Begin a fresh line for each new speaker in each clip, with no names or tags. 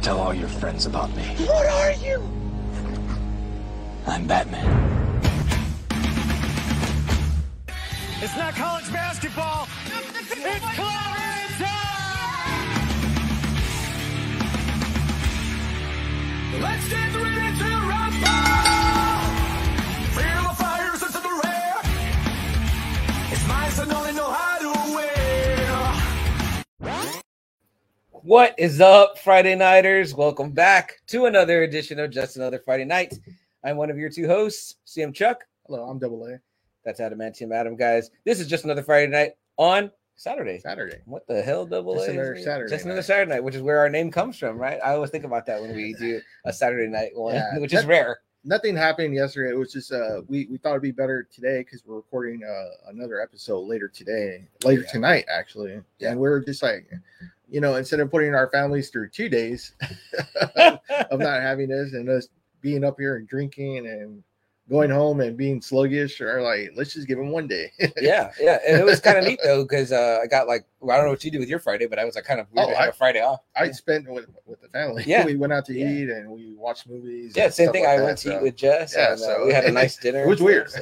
tell all your friends about me.
What are you?
I'm Batman.
It's not college basketball. It's clobber time. Let's get ready to rumble. Feel the fires that's in the rear. It's nice and only know how to wear.
What is up, Friday Nighters? Welcome back to another edition of Just Another Friday Night. I'm one of your two hosts, CM Chuck.
Hello, I'm Double A.
That's Adamantium Adam, guys. This is Just Another Friday Night on Saturday.
Saturday.
What the hell, double
Just
A? is
another
it?
Saturday
Just another
night.
Saturday night, which is where our name comes from, right? I always think about that when we do a Saturday night one,
Yeah,
which is
that-
rare.
Nothing happened yesterday. It was just uh, we we thought it'd be better today because we're recording uh, another episode later today, later
Yeah.
tonight actually.
Yeah.
And we were just like, you know, instead of putting our families through two days of not having this and us being up here and drinking and going home and being sluggish, or like, let's just give them one day.
yeah, yeah. And it was kind of neat though, because uh, I got like, well, I don't know what you do with your Friday, but I was like kind of weird
Oh,
to
I-
have a Friday off.
I spent with with the family.
Yeah.
we went out to
Yeah.
eat and we watched movies.
Yeah,
and
same
stuff
thing.
like
I
that,
went to
so
eat with Jess.
Yeah,
and, uh,
so-
we had a nice dinner.
It
and
was
stuff,
weird.
so-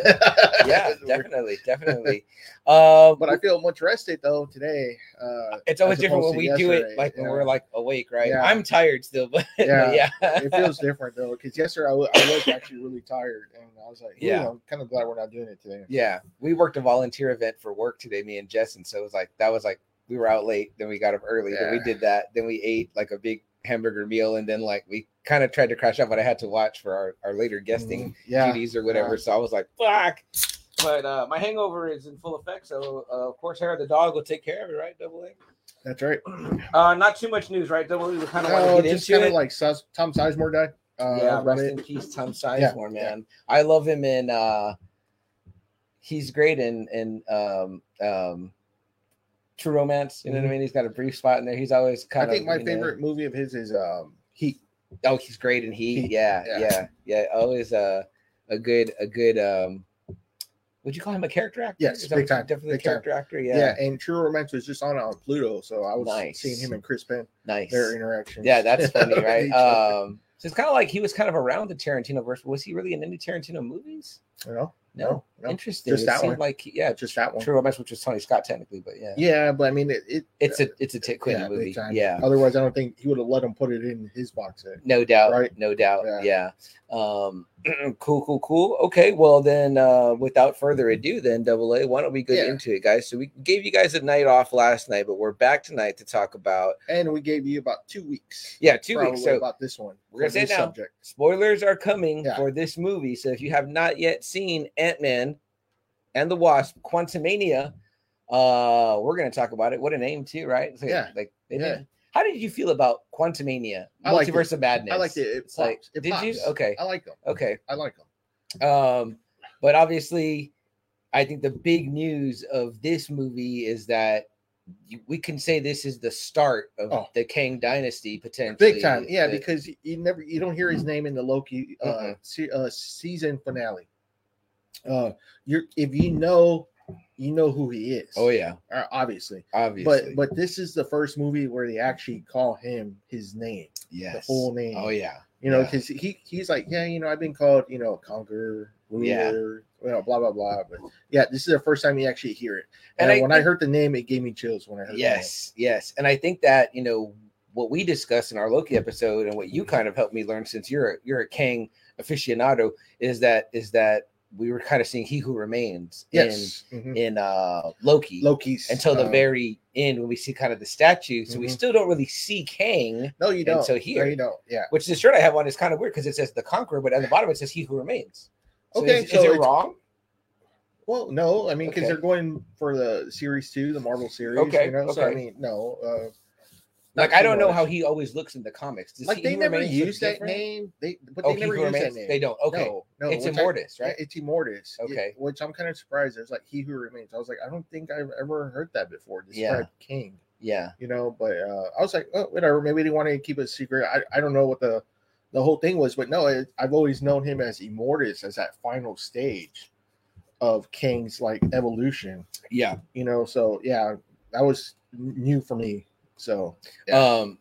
yeah,
It was weird.
definitely, definitely. Um,
but I feel much rested though today. Uh,
it's always
as
different when
opposed
we
to
do it,
yesterday,
like when
yeah.
we're like awake, right?
Yeah.
I'm tired still, but
Yeah.
yeah,
it feels different though because yesterday I wa- I was actually really tired and I was like,
Yeah.
yeah, I'm kind of glad we're not doing it today.
yeah. We worked a volunteer event for work today, me and Jess, and so it was like that was like we were out late, then we got up early, then we
Yeah.
did that, then we ate like a big hamburger meal, and then like we kind of tried to crash out, but I had to watch for our, our later guesting
Mm, Yeah,
duties or whatever.
yeah.
So I was like, fuck. But uh, my hangover is in full effect, so uh, of course, Harold the dog will take care of it, right? Double A.
that's right.
Uh, not too much news, right? Double A. We kind of
No,
want to get
just
into
kind of
it.
like Sus- Tom Sizemore died. Uh,
yeah,
about
rest
it.
in peace, Tom Sizemore, man. I love him in. Uh, he's great in in um, um, True Romance. You know what I mean? He's got a brief spot in there. He's always
Mm-hmm. I
kind of.
think my
you know-
favorite movie of his is um, Heat.
Oh, he's great in Heat.
Heat,
yeah, yeah,
yeah.
yeah, Always a a good a good. um Would you call him a character actor?
Yes,
Is that
big
what you-
time,
Definitely a
big time.
character actor. Yeah,
Yeah. and True Romance was just on on Pluto, so I was
Nice.
seeing him and Chris Penn
nice.
their interaction.
Yeah, that's funny, right?
Each other,
um, so it's kind of like he was kind of around the Tarantino verse. Was he really in any Tarantino movies?
you know,
No,
No, no,
interesting.
just
it
that
seemed
one.
like he- yeah,
just that one.
True Romance, which was Tony Scott technically, but yeah,
Yeah, but I mean, it, it
it's a it's a Tit Quentin
yeah, big
movie.
time.
Yeah,
Otherwise, I don't think he would have let him put it in his box set.
no doubt,
Right.
no doubt. Yeah. Um, cool, cool, cool. Okay, well then, uh, without further ado, then Double A, why don't we get
Yeah.
into it, guys? So we gave you guys a night off last night, but we're back tonight to talk about
And we gave you about two weeks.
yeah, two
probably
weeks. So
about this one.
We're gonna
for
say it
this
now.
subject.
spoilers are coming
Yeah.
for this movie. So if you have not yet seen Ant Man and the Wasp, Quantumania, uh, we're gonna talk about it. What a name too, right? It's like-
Yeah.
Like they
Yeah.
did- How did you feel about Quantumania?
I liked it.
Multiverse of Madness.
I liked it. It
It's like,
pops. It
did you?
pops.
Okay.
I like them.
Okay.
I like them.
Um, but obviously, I think the big news of this movie is that you, we can say this is the start of
Oh.
the Kang dynasty potentially.
Big time. Yeah,
The-
because you- you never you don't hear his
Mm-hmm.
name in the Loki uh,
Mm-mm.
se- uh season finale. Uh you're if you know you know who he is.
oh yeah,
uh, obviously.
obviously.
But but this is the first movie where they actually call him his name,
yes.
the full name.
Oh yeah.
You know,
yeah.
because he he's like, yeah, you know, I've been called, you know, conqueror, ruler,
Yeah.
you know, blah blah blah. But yeah, this is the first time you actually hear it.
And
And,
I
when I
think-
heard the name, it gave me chills. When I heard, the name.
Yes, yes. And I think that, you know, what we discussed in our Loki episode and what you kind of helped me learn since you're a, you're a Kang aficionado is that is that we were kind of seeing he who remains
yes,
in
Mhm.
in uh Loki
Loki's
until the
uh,
very end when we see kind of the statue. So we
Mhm.
still don't really see Kang,
no, you
until
don't.
here.
no, you don't. Yeah.
which the shirt I have on is kind of weird because it says the conqueror, but at the bottom it says he who remains. So
Okay,
is, is
so
it
it's-
wrong?
Well, no, I mean, because
Okay.
they're going for the series two, the Marvel series.
Okay,
You know, so I
okay.
mean, no. Uh,
Like
not
I
so
don't know
much.
how he always looks in the comics. Does
like
He
they
Who
never
Remains look
use that
different?
name. They but
Oh,
they
He
never
Who
use that
Remains?
name.
They don't. Okay,
no,
it's
which I-
Immortus,
Yeah,
right?
It's Immortus. yeah,
Okay.
which I'm kind of surprised. There's like he who remains. I was like, I don't think I've ever heard that before.
Yeah.
Described King.
Yeah.
you know. But uh, I was like, oh, whatever. Maybe they wanted to keep it secret. I, I don't know what the the whole thing was, but no, it, I've always known him as Immortus, as that final stage of King's like evolution.
Yeah.
You know, so yeah, that was new for me. So Yeah.
Um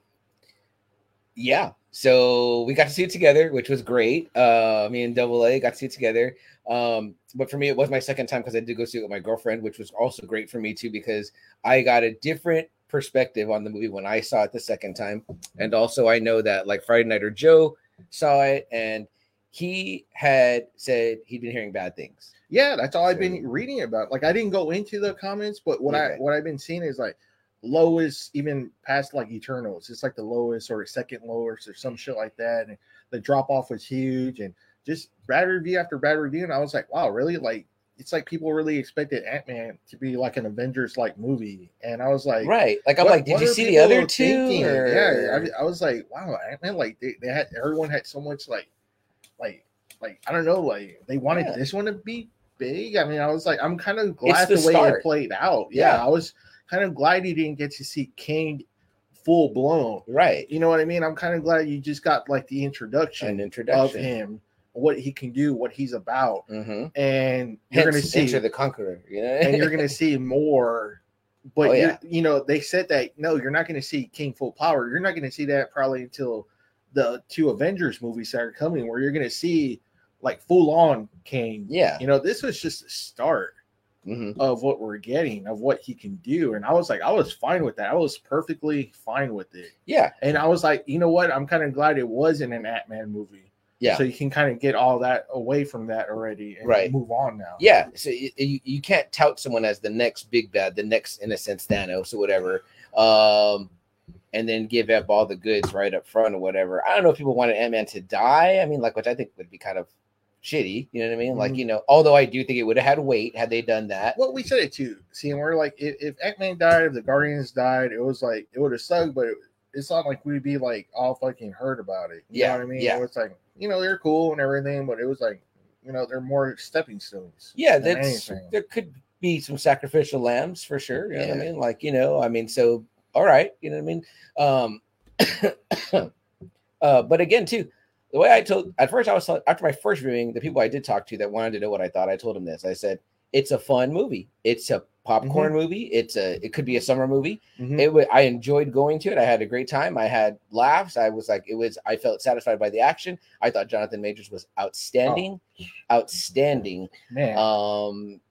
yeah so we got to see it together which was great uh me and double a got to see it together um but for me it was my second time because i did go see it with my girlfriend which was also great for me too because i got a different perspective on the movie when i saw it the second time and also i know that like friday night or joe saw it and he had said he'd been hearing bad things
Yeah, that's all I've been reading about. Like I didn't go into the comments, but what I
Okay.
what I've been seeing is like lowest, even past like Eternals. It's like the lowest or second lowest or some shit like that. And the drop off was huge and just bad review after bad review. And I was like, wow, really? Like it's like people really expected Ant Man to be like an Avengers like movie. And I was like,
right like i'm
what-
like did
what
you
are
see the
people
other two
thinking?
or-
Yeah, I mean, I, was like, wow, Ant Man, like they, they had everyone had so much like, like, like I don't know, like they wanted
Yeah.
this one to be big. I mean, I was like, I'm kind of glad
the
the, way
start.
it played out. Yeah,
Yeah.
I was kind of glad you didn't get to see King full blown.
right
You know what I mean? I'm kind of glad you just got like the
an
introduction of
introduction
him, what he can do, what he's about,
mm-hmm.
and
Hence,
you're gonna see
Enter the Conqueror. You know?
and you're going to see more. But
Oh,
you-
yeah.
you know, they said that no, you're not going to see King full power. You're not going to see that probably until the two Avengers movies that are coming, where you're going to see like full on King.
yeah.
You know, this was just the start
hmm
of what we're getting, of what he can do. And I was like, I was fine with that. I was perfectly fine with it.
Yeah.
And I was like, you know what? I'm kind of glad it wasn't an Ant Man movie.
Yeah.
So you can kind of get all that away from that already and
Right.
move on now.
Yeah. So you, you, you can't tout someone as the next big bad, the next, in a sense, Thanos or whatever. Um, and then give up all the goods right up front or whatever. I don't know if people wanted Ant Man to die. I mean, like, which I think would be kind of shitty. You know what I mean? Like,
Mhm.
you know, although I do think it would have had weight had they done that.
Well, we said it too. See, and we're like, if, if Ant Man died, if the Guardians died, it was like it would have sucked, but it, it's not like we'd be like all fucking hurt about it. You
Yeah,
know what I mean?
yeah.
It was like you know they're cool and everything, but it was like you know they're more stepping stones.
yeah
than
that's
anything.
there could be some sacrificial lambs for sure you know what i
Yeah.
mean like you know i mean so all right you know what i mean um uh but again too the way i told at first i was tell- after my first viewing the people i did talk to that wanted to know what i thought i told them this i said it's a fun movie it's a popcorn
Mm-hmm.
movie it's a it could be a summer movie
Mhm.
it was i enjoyed going to it i had a great time i had laughs i was like it was i felt satisfied by the action i thought jonathan majors was
Oh,
outstanding outstanding
Man,
um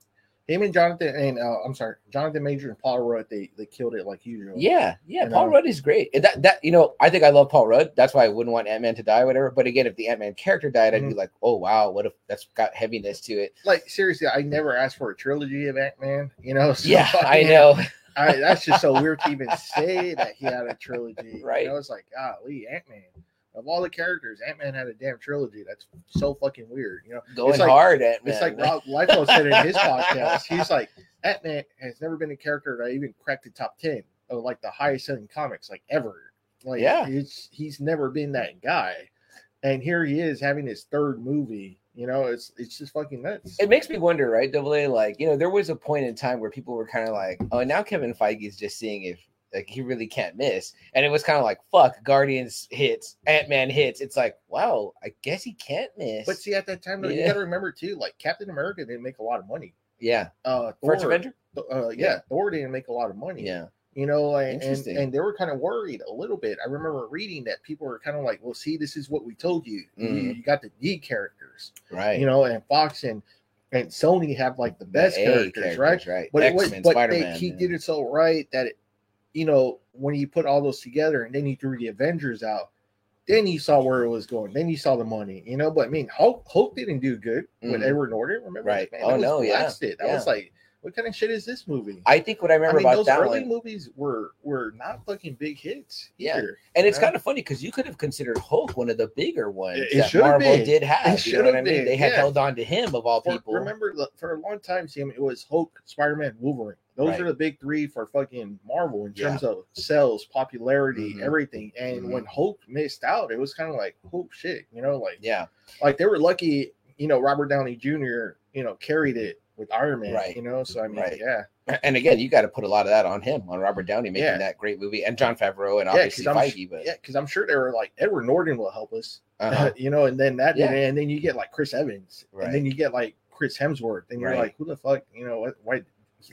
him and Jonathan and uh, I'm sorry, Jonathan Major and Paul Rudd, they they killed it like usual.
yeah yeah
You
paul
know?
rudd is great And that that you know i think i love paul rudd that's why i wouldn't want ant-man to die or whatever but again if the ant-man character died i'd be
Mm-hmm.
like oh wow what if that's got heaviness to it
Like seriously, I never asked for a trilogy of Ant Man. You know? So,
yeah i
mean,
know
I, that's just so weird to even say that he had a trilogy.
Right.
I was like, golly, Ant Man. Of all the characters, Ant Man had a damn trilogy. That's so fucking weird. You know,
going
like-
hard at
it's like Rob Liefeld said in his podcast. He's like, Ant Man has never been a character that even cracked the top ten of like the highest selling comics, like ever. Like,
Yeah.
it's he's never been that guy. And here he is having his third movie. You know, it's it's just fucking nuts.
it makes me wonder, right? Double A, like you know, there was a point in time where people were kind of like, "Oh, now Kevin Feige is just seeing if like he really can't miss," and it was kind of like, "Fuck, Guardians hits, Ant Man hits." It's like, wow, I guess he can't miss.
But see, at that time, though, you
Yeah.
got to remember too, like Captain America didn't make a lot of money.
yeah,
Uh,
First
Thor-
Avenger,
Th- uh, yeah,
Yeah.
Thor didn't make a lot of money.
yeah,
You know, and, and,
Interesting.
and they were kind of worried a little bit. I remember reading that people were kind of like, well, see, this is what we told you. You- You,
Mhm.
got the D characters,
right.
you know, and Fox and, and Sony have like the
The
best
A
characters, right?
Right,
But
X-Men,
it was, but they,
Spider-Man,
he
yeah.
did it so right that, it, you know, when you put all those together and then he threw the Avengers out, then you saw where it was going. Then you saw the money, you know. But I mean, Hulk, Hulk didn't do good with
Mhm.
Edward Norton, remember?
Right.
Man,
Oh,
that was
no, yeah,
blasted. That was like, what kind of shit is this movie?
I think what I remember
I mean,
about
those
that
early
one,
movies were were not fucking big hits.
Yeah.
Either.
and it's
Yeah.
kind of funny because you could have considered Hulk one of the bigger ones
It- it
that
should've
Marvel
been.
did have. you know
should've
what I mean?
been,
They had
yeah.
held on to him of all
For-
people.
remember, the- for a long time, Sam, it was Hulk, Spider Man, Wolverine. Those
Right.
are the big three for fucking Marvel in
Yeah.
terms of sales, popularity,
Mhm.
everything. And
Mhm.
when Hulk missed out, it was kind of like, oh shit, you know, like
yeah,
like they were lucky, you know, Robert Downey Jr. you know carried it with Iron Man,
Right.
You know, so I mean,
Right.
yeah,
and again, you got to put a lot of that on him, on Robert Downey making
Yeah.
that great movie, and John Favreau, and
Yeah, 'cause
obviously
I'm sh-
Feige. But
yeah, because I'm sure they were like Edward Norton will help us.
uh-huh.
you know, and then that,
Yeah.
and then you get like Chris Evans, and
Right.
then you get like Chris Hemsworth, and you're
Right.
like, who the fuck, you know, what, why,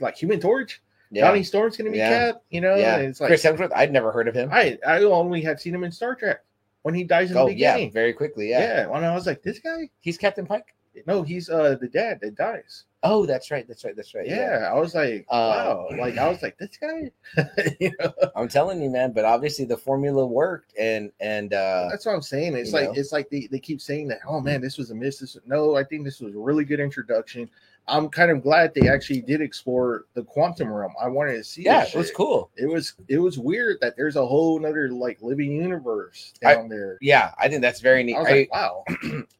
like Human Torch,
yeah,
Johnny Storm's gonna be
Yeah.
Cap, you know,
yeah.
and it's like,
Chris Hemsworth, I'd never heard of him.
I, I only have seen him in Star Trek, when he dies in
Oh
the
yeah,
beginning.
very quickly. Yeah.
Yeah. When I was like, this guy?
he's Captain Pike.
No, he's uh the dad that dies.
Oh, that's right, that's right, that's right.
Yeah. I was like,
Uh,
wow. Like I was like, this guy. you know,
I'm telling you, man. But obviously, the formula worked, and and uh,
that's what I'm saying. It's
You
like
know?
it's like they, they keep saying that. Oh man, this was a miss. This no, I think this was a really good introduction. I'm kind of glad they actually did explore the quantum realm. I wanted to see.
yeah,
that
it was
shit.
cool.
It was it was weird that there's a whole other like living universe
I-
down there.
Yeah, I think that's very neat.
I was
I,
like, wow.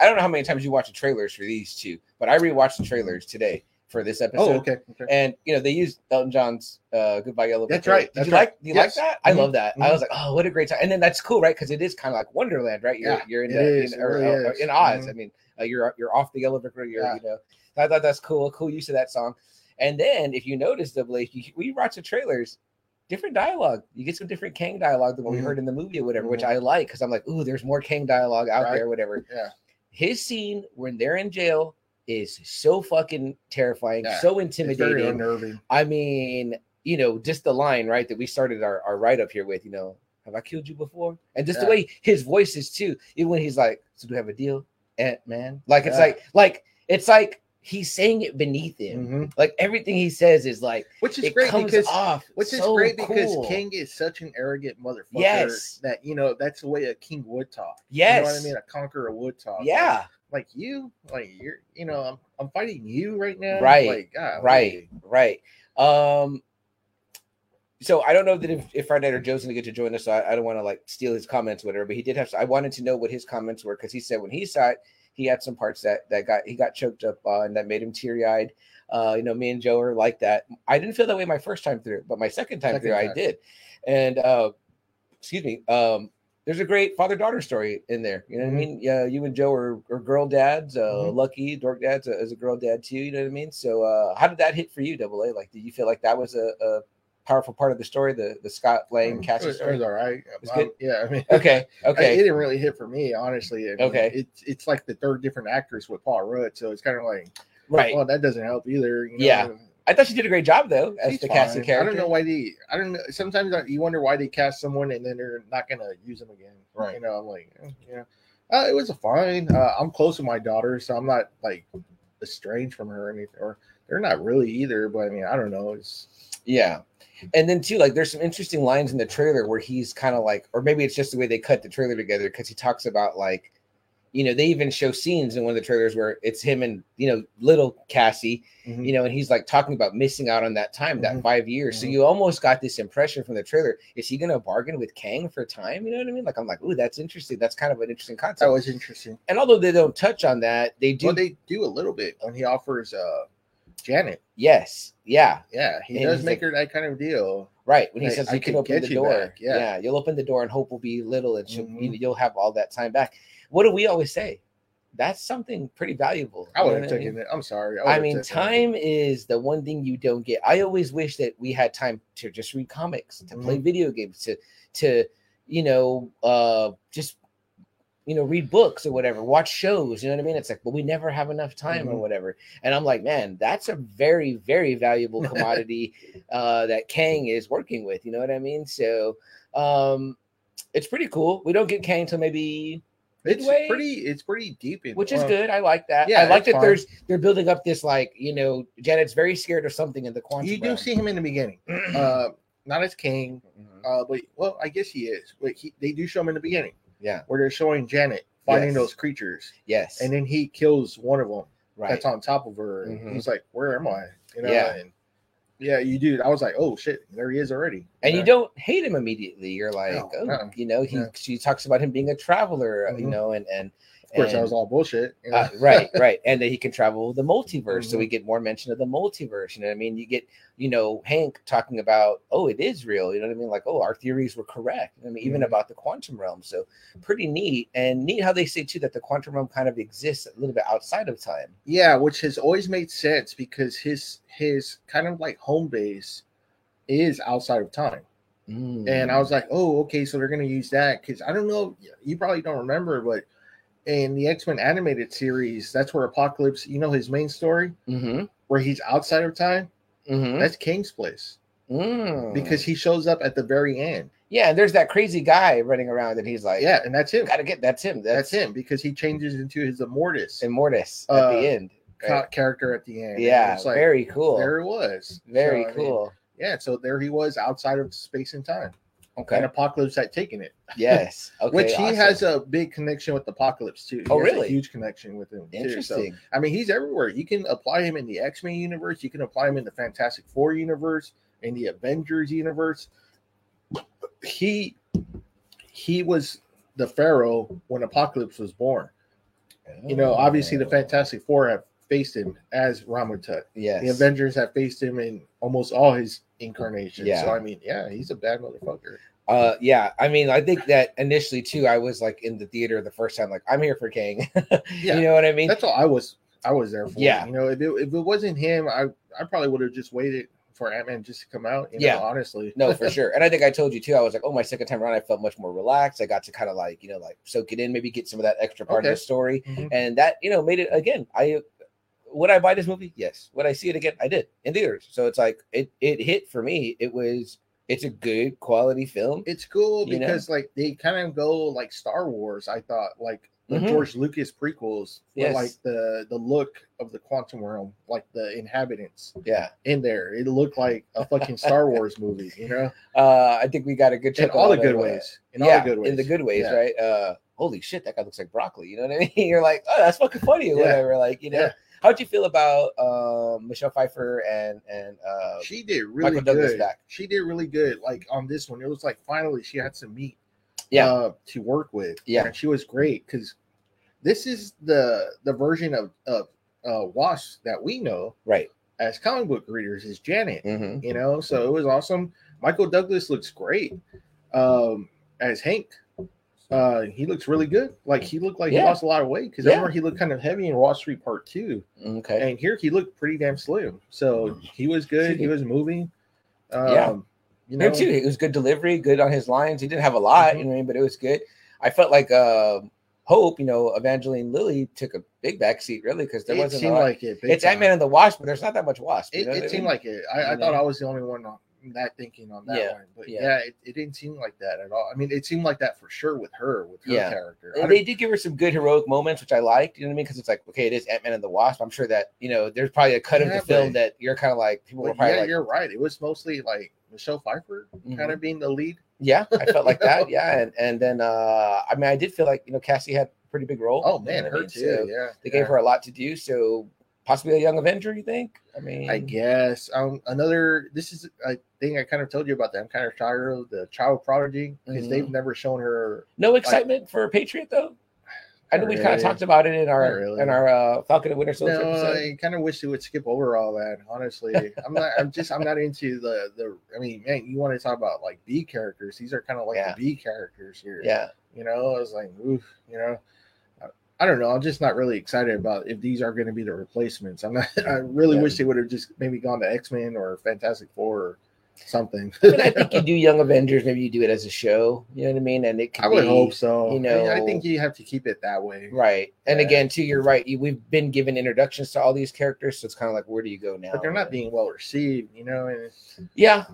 I don't know how many times you watch the trailers for these two, but I rewatched the trailers today for this episode.
Oh, okay. okay.
And you know they used Elton John's uh, "Goodbye Yellow." Brick
That's
Road.
right,
Did
that's
you
right.
like? Do you
Yes.
like that? I
Mhm,
love that. I
mhm.
was like, oh, what a great time! And then that's cool, right? Because it is kind of like Wonderland, right? You're
Yeah,
you're in
it
the,
is,
in,
it
or-
really
or- or
is.
in Oz.
Mhm.
I mean, uh, you're you're off the yellow brick road. You're
Yeah.
you know. So I thought that's cool. Cool use of that song. And then if you notice, the like you, we watch the trailers. Different dialogue. You get some different Kang dialogue than what
Mhm.
we heard in the movie or whatever, which
Mhm.
I like because I'm like, ooh, there's more Kang dialogue out
Right.
there, whatever.
Yeah.
His scene when they're in jail is so fucking terrifying,
Yeah.
so
It's very
intimidating.
unnerving.
I mean, you know, just the line, right, that we started our, our write up here with, you know, have I killed you before? And just
Yeah.
the way his voice is too, even when he's like, So do we have a deal? Ant man? Like it's
Yeah.
like like it's like he's saying it beneath him.
Mhm.
Like everything he says is like
Which is
it
great
comes
because
off.
Which is
so
great because
cool.
King is such an arrogant motherfucker
Yes.
that you know that's the way a king would talk.
Yes.
You know what I mean? A conqueror would talk.
Yeah.
Like, like you, like you're you know, I'm I'm fighting you right now.
Right,
Like, God,
right right um so i don't know that if, if friday or joe's gonna get to join us so i, I don't want to like steal his comments or whatever but he did have i wanted to know what his comments were because he said when he saw it he had some parts that that got he got choked up on that made him teary-eyed uh you know me and joe are like that i didn't feel that way my first time through but my second time
Second
through i
time.
did and uh excuse me um there's a great father daughter story in there. You know what
Mhm.
I mean? Yeah, you and Joe are, are girl dads. Uh,
Mhm.
Lucky dork dads uh, is a girl dad too. You know what I mean? So uh, how did that hit for you, Double A? Like, did you feel like that was a, a powerful part of the story, the the Scott Lang
Mm-hmm. It
Cassie
was, it was
story?
all right.
It's
Um,
good?
yeah, I mean
Okay,
it
okay,
didn't really hit for me, honestly. I mean,
Okay.
It's it's like the third different actress with Paul Rudd, so it's kind of like
right.
well, that doesn't help either. you know?
Yeah. I thought you did a great job though as
She's
the Cassie
fine. I
character.
don't know why they. I don't know. Sometimes I- you wonder why they cast someone and then they're not gonna use them again.
Right.
You know, I'm like, eh, yeah. Uh, it was fine. Uh, I'm close with my daughter, so I'm not like estranged from her or anything. Or they're not really either. But I mean, I don't know. It's
Yeah. And then too, like there's some interesting lines in the trailer where he's kind of like, or maybe it's just the way they cut the trailer together because he talks about like, you know, they even show scenes in one of the trailers where it's him and you know little Cassie,
Mhm.
you know, and he's like talking about missing out on that time, that
Mhm.
five years. So
Mhm.
you almost got this impression from the trailer: is he going to bargain with Kang for time? You know what I mean? Like I'm like, ooh, that's interesting. That's kind of an interesting
that
concept.
was interesting.
and although they don't touch on that, they do.
Oh, Well, they do a little bit when he offers uh Janet.
yes, yeah,
Yeah, he
And
does
he's
make her that kind of deal.
Right. When he
Hey,
says
I
you can
could
open
get
the
you
door.
back, yeah.
Yeah. You'll open the door and hope will be little and she'll, you
Mhm.
know, you'll have all that time back. What do we always say? That's something pretty valuable.
I
You know
would have
what I mean?
taken it. I'm sorry.
I
would've
mean,
taken it.
time is the one thing you don't get. I always wish that we had time to just read comics, to play video games, to to you know, uh just you know, read books or whatever, watch shows, you know what I mean? It's like, but we never have enough time or
Mhm.
whatever. And I'm like, man, that's a very, very valuable commodity uh that Kang is working with, you know what I mean? So um it's pretty cool. We don't get Kang till maybe
It's
midway-
pretty. It's pretty deep. In, uh,
which is
well,
good. I like that.
yeah,
I like
it's
that
fine.
there's they're building up this like you know Janet's very scared of something in the quantum.
You do
realm.
see him in the beginning. uh, not as king,
Mhm.
uh, but well, I guess he is. But he, they do show him in the beginning
yeah.
where they're showing Janet finding
Yes.
those creatures,
Yes.
and then he kills one of them
right.
that's on top of her. and
Mhm.
He's like, "Where am I?" You know,
Yeah.
and yeah, you do. I was like, "Oh shit, there he is already."
and you
know?
don't hate him immediately. You're like,
No,
oh,
no,
you know, he
no.
she talks about him being a traveler, you
Mhm.
know, and and
Of course,
and-
that was all bullshit. you know?
Uh, right, right, and that he can travel the multiverse, so
Mhm.
we get more mention of the multiverse. You know what I mean? You get, you know, Hank talking about, oh, it is real. You know what I mean? Like, oh, our theories were correct. You know what I mean, even
Mhm.
about the quantum realm. So pretty neat, and neat how they say too that the quantum realm kind of exists a little bit outside of time.
Yeah, which has always made sense because his his kind of like home base is outside of time. and
Mm-hmm.
I was like, oh, okay, so they're gonna use that because I don't know, you probably don't remember, but in the X Men animated series, that's where Apocalypse, you know, his main story
mm-hmm,
where he's outside of time,
mm-hmm, Hmm. mm.
that's King's place because he shows up at the very end.
Yeah, and there's that crazy guy running around, and he's like,
Yeah, and that's him.
gotta get that's him.
That's
That's,
him because he changes into his Immortus
And Mortis
Uh,
at the end.
ca-
right?
character at the end.
Yeah,
And it's like,
very cool.
There he was.
very
So, I mean,
cool.
yeah, so there he was outside of space and time,
okay.
and Apocalypse had taken it,
yes. Okay.
which he
awesome.
has a big connection with Apocalypse too. He
Oh,
has a
really?
huge connection with him. Too. So
interesting.
I mean, he's everywhere. You can apply him in the X Men universe. You can apply him in the Fantastic Four universe, in the Avengers universe. He he was the Pharaoh when Apocalypse was born. You know, obviously the
Oh,
Fantastic Four have faced him as Ramatut.
Yes.
The Avengers have faced him in almost all his incarnations.
Yeah.
So I mean, yeah, he's a bad motherfucker.
Uh, yeah, I mean, I think that initially too, I was like in the theater the first time, like I'm here for King.
Yeah.
you know what I mean?
That's all I was I was there for.
Yeah.
You know, if it, if it wasn't him, I I probably would have just waited for Ant Man just to come out. You know,
Yeah.
honestly.
No, for sure. And I think I told you too. I was like, oh, my second time around, I felt much more relaxed. I got to kind of like, you know, like soak it in, maybe get some of that extra part
Okay.
of the story,
Mhm.
and that you know made it again. I would I buy this movie? Yes. Would I see it again? I did in theaters. So it's like it it hit for me. It was it's a good quality film.
it's cool
You know?
because like they kind of go like Star Wars. I thought like the
Mhm.
George Lucas prequels were
Yes.
like the the look of the quantum realm, like the inhabitants
Yeah.
in there. It looked like a fucking Star Wars movie, you know,
Uh, I think we got a good
in
check on
all the
it,
good
uh,
ways. In
yeah,
all the good ways.
in the good ways,
Yeah.
right? Uh, holy shit, that guy looks like broccoli. You know what I mean? You're like, oh, that's fucking funny, or
Yeah.
whatever. Like, you know,
Yeah.
how'd you feel about um, Michelle Pfeiffer and and uh,
She did really
Michael Douglas
good.
back.
She did really good. Like on this one, it was like finally she had some meat,
Yeah.
uh, to work with.
Yeah.
and she was great because this is the the version of of uh, Wasp that we know.
right?
as comic book readers is Janet.
Mm-hmm.
You know, so it was awesome. Michael Douglas looks great um, as Hank. Uh, he looks really good. Like he looked like he
Yeah.
lost a lot of weight because
Yeah.
I remember he looked kind of heavy in Wall Street Part Two,
Mm-hmm, Okay,
and here he looked pretty damn slim. So he was good. He was moving. Um,
Yeah.
you
you
know, Mm-hmm.
know, too. It was good delivery, good on his lines. He didn't have a lot, you know, what I mean, but it was good. I felt like um Hope, you know, Evangeline Lilly took a big back seat really because there
it
wasn't. a
seemed
lot.
like it. big
it's Ant Man
time.
and the Wasp, but there's not that much Wasp. you
It,
know what I
it seemed
mean?
like it. I, I
You
thought
know?
I was the only one on that thinking on that
Yeah.
one, but yeah,
Yeah.
it, it didn't seem like that at all. I mean, it seemed like that for sure with her, with her
Yeah.
character. I
And
don't-
they did give her some good heroic moments, which I liked. You know what I mean? Because it's like, okay, it is Ant Man and the Wasp. I'm sure that you know there's probably a cut of the
Exactly.
film that you're kind of like people were
But
probably
yeah,
like,
you're right. It was mostly like Michelle Pfeiffer
"Mhm."
kind of being the lead.
yeah, I felt like that, yeah. And and then uh I mean, I did feel like you know Cassie had a pretty big role.
Oh
you know
man,
what I
her
mean?
too.
So
yeah,
They gave her a lot to do, so possibly a young Avenger. You think? I mean,
I guess. Um, another. This is a thing I kind of told you about. That I'm kind of tired of the child prodigy because
Mhm.
they've never shown her.
no excitement for Patriot though. I know
Not
we kind of
really.
talked about it in our
Not really.
in our uh, Falcon and Winter Soldier
No,
episode.
I kind of wish they would skip over all that. Honestly, I'm not. I'm just. I'm not into the the. I mean, man, you want to talk about like B characters? These are kind of like
Yeah.
the B characters here.
yeah,
You know, I was like, oof, you know, I, I don't know. I'm just not really excited about if these are going to be the replacements. I'm not, I really
Yeah.
wish they would have just maybe gone to X Men or Fantastic Four or something.
I mean, I think you do Young Avengers. Maybe you do it as a show. You know what I mean? And it could
I would
be,
hope so.
you
I- I,
know-
think you have to keep it that way.
Right. And
Yeah.
again, too, you're right. You, we've been given introductions to all these characters, so it's kind of like, where do you go now?
But they're not being well received, you know. And it's,
Yeah,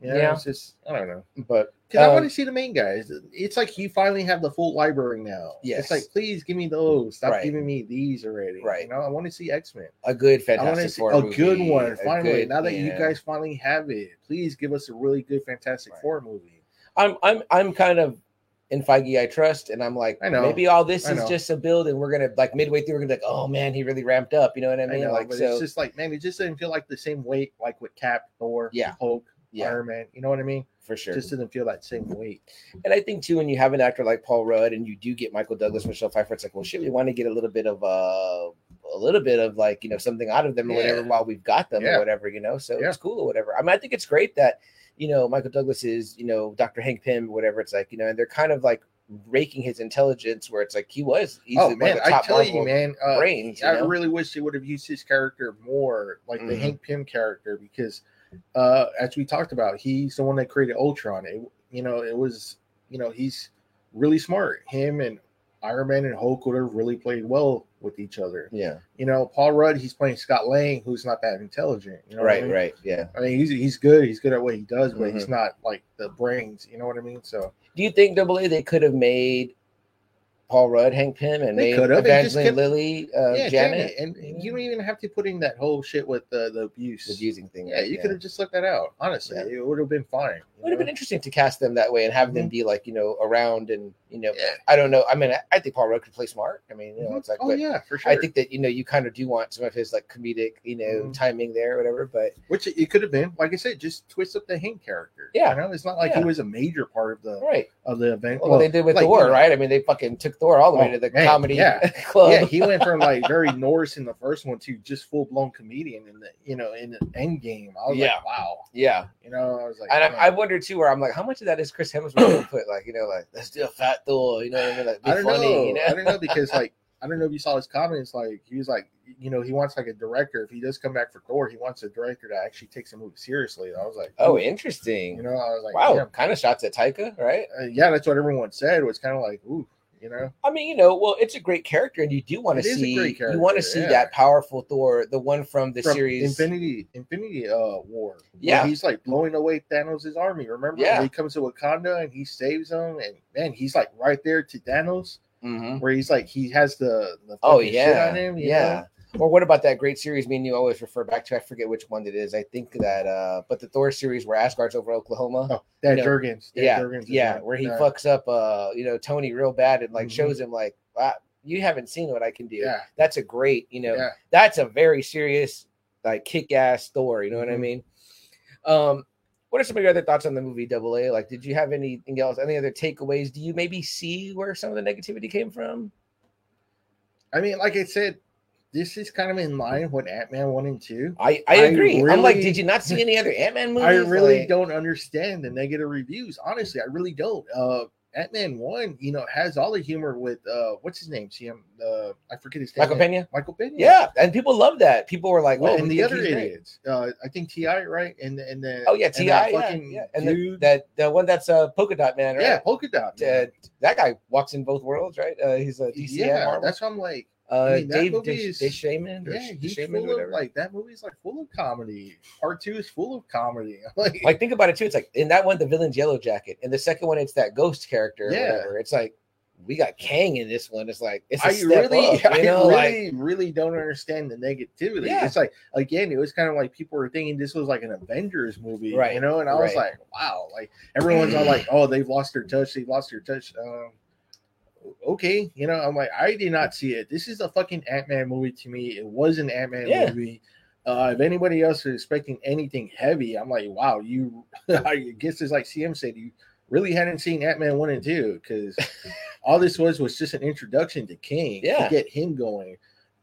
you know,
Yeah.
it's just, I don't know.
but
Because I
Um,
want to see the main guys. It's like you finally have the full library now.
Yes.
It's like, please give me those. Stop
Right.
giving me these already.
Right.
You know, I want to see X Men.
a good
I want to
Fantastic
see
Four
a
movie,
good one
a
finally.
good-
now that you
yeah.
guys finally have it, please give us a really good Fantastic
Right.
Four movie.
I'm I'm I'm kind of in Feige I trust, and I'm like,
I know.
maybe all this
I
is
know.
just a build, and we're gonna like midway through, we're gonna be like, oh man, he really ramped up. You know what I
I
mean?
know,
like
but
so,
it's just like man, it just didn't feel like the same weight, like with Cap, Thor,
Yeah.
Hulk,
yeah,
Iron Man. You know what I mean?
for sure. Oh,
Just didn't feel that same weight.
and I think too, when you have an actor like Paul Rudd, and you do get Michael Douglas, Michelle Pfeiffer, it's like, well, shit, we want to get a little bit of uh, a little bit of like you know something out of them or whatever
Yeah.
while we've got them
Yeah.
or whatever, you know. So
Yeah.
it's cool or whatever. I mean, I think it's great that you know Michael Douglas is you know Dr. Hank Pym, whatever. It's like you know, and they're kind of like raking his intelligence where it's like he was. He's
oh
one of
man,
the
I
top
tell you,
Marvel
man, uh,
brains. you
I
know?
really wish they would have used his character more, like the
Mhm.
Hank Pym character, because uh, as we talked about, he's the one that created Ultron. It, you know, it was you know he's really smart. Him and Iron Man and Hulk would have really played well with each other.
Yeah.
You know, Paul Rudd, he's playing Scott Lang, who's not that intelligent. You know, what I
Right. Mm-hmm.
mean?
Right. Yeah.
I mean, he's he's good. He's good at what he does, but he's not like the brains. You know what I mean? So
Do you think Double A they could have made Paul Rudd, Hank Pym, and
They
made
could have. They just
Evangeline
kept-
Lilly, uh,
yeah,
Janet,
Janet, and you don't even have to put in that whole shit with the the abuse.
the using thing?
Yeah, you could have just left that out. Honestly,
Yeah.
it would have been fine. you
It would have
know? Mm-hmm.
been interesting to cast them that way and have them be like you know around and you know
Yeah.
I don't know. I mean, I, I think Paul Rudd could play smart. I mean, you know, it's like,
oh
but
yeah, for sure.
I think that you know you kind of do want some of his like comedic you know
Mhm.
timing there, or whatever. But
which it could have been, like I said, just twist up the Hank character.
Yeah.
you know, it's not like he
Yeah.
was a major part of the
right,
of the event.
well, what they did with
like,
Thor,
you know,
right? I mean, they fucking took Thor all the way
Oh,
to the
man,
comedy
yeah.
club.
Yeah, he went from like very Norris in the first one to just full blown comedian in the you know in the end game. I was
Yeah.
like, wow,
yeah.
you know, I was like,
And
man.
I, I wonder too, where I'm like, how much of that is Chris Hemsworth gonna put? Like, you know, like let's do a fat Thor. You know what I mean? Like, be
I don't
funny.
know.
You know?
I don't know because like I don't know if you saw his comments. Like he was like, you know, he wants like a director. If he does come back for Thor, he wants a director that actually takes the movie seriously. I was like,
Oh,
you
interesting.
know, I was like,
Wow,
damn.
kind of shots at Taika, right?
Uh, yeah, that's what everyone said. Was kind of like, ooh, you know,
I mean, you know, well, it's a great character, and you do want to
It is a
see
great
you want
character,
to see
yeah.
that powerful Thor, the one from the
from
series.
Infinity Infinity uh War. where
Yeah.
he's like blowing away Thanos' army. Remember,
Yeah.
when he comes to Wakanda and he saves them, and man, he's like right there to Thanos,
Mhm.
where he's like he has the, the
Oh
fucking shit
yeah,
on him, you
yeah. Or what about that great series me and you always refer back to? I forget which one it is. I think that, uh but the Thor series where Asgard's over Oklahoma.
know? Oh, that
You know,
Jurgens, that
yeah,
Jurgens is
yeah,
like
where he
that.
fucks up, uh, you know, Tony real bad and like
Mhm.
shows him like, wow, you haven't seen what I can do.
Yeah,
That's a great, you know,
yeah.
that's a very serious, like kick-ass Thor. You know what I
Mhm.
mean? Um, what are some of your other thoughts on the movie Double A? Like, did you have anything else? Any other takeaways? Do you maybe see where some of the negativity came from?
I mean, like I said, this is kind of in line with Ant Man one and two.
I I
I
agree. I'm like,
really-
did you not see any other Ant Man movies?
I really
Like-
don't understand the negative reviews. Honestly, I really don't. Uh, Ant Man one, you know, has all the humor with uh, what's his name? CM, uh, I forget his name.
Michael Pena.
Michael Pena.
Yeah, and people love that. People were like,
Well,
"Oh,
and
we
the
think
other
he's great.
idiots. Uh, I think Ti right, and and then
Oh yeah,
and
Ti,
that
yeah,
fucking
yeah. and the,
dude.
that the one that's a uh, polka dot man,
yeah,
right?
polka dot.
Uh,
man.
that guy walks in both worlds, right? Uh, he's a DC and
yeah,
Marvel.
that's what I'm like.
uh,
I mean, that
Dave
movie
Dish,
is-
Shaman, or
Yeah,
Sh-
he's
Shaman,
full
whatever.
of like that movie's like full of comedy. Part two is full of comedy. Like,
like think about it too. It's like in that one, the villain's yellow jacket, and the second one, it's that ghost character. Or
Yeah.
whatever. It's like we got Kang in this one. It's like it's a
I
step
really,
up. You know,
I
like
really, really don't understand the negativity.
Yeah.
It's like again, it was kind of like people were thinking this was like an Avengers movie,
Right,
You know, and I was
right.
like, wow, like everyone's all like, oh, they've lost their touch, they've lost their touch. Um, okay, you know, I'm like, I did not see it. This is a fucking Ant Man movie to me. It was an Ant Man
Yeah.
movie. Uh, if anybody else is expecting anything heavy, I'm like, wow, you. I guess it's like CM said, you really hadn't seen Ant Man one and two because all this was was just an introduction to King
Yeah.
to get him going.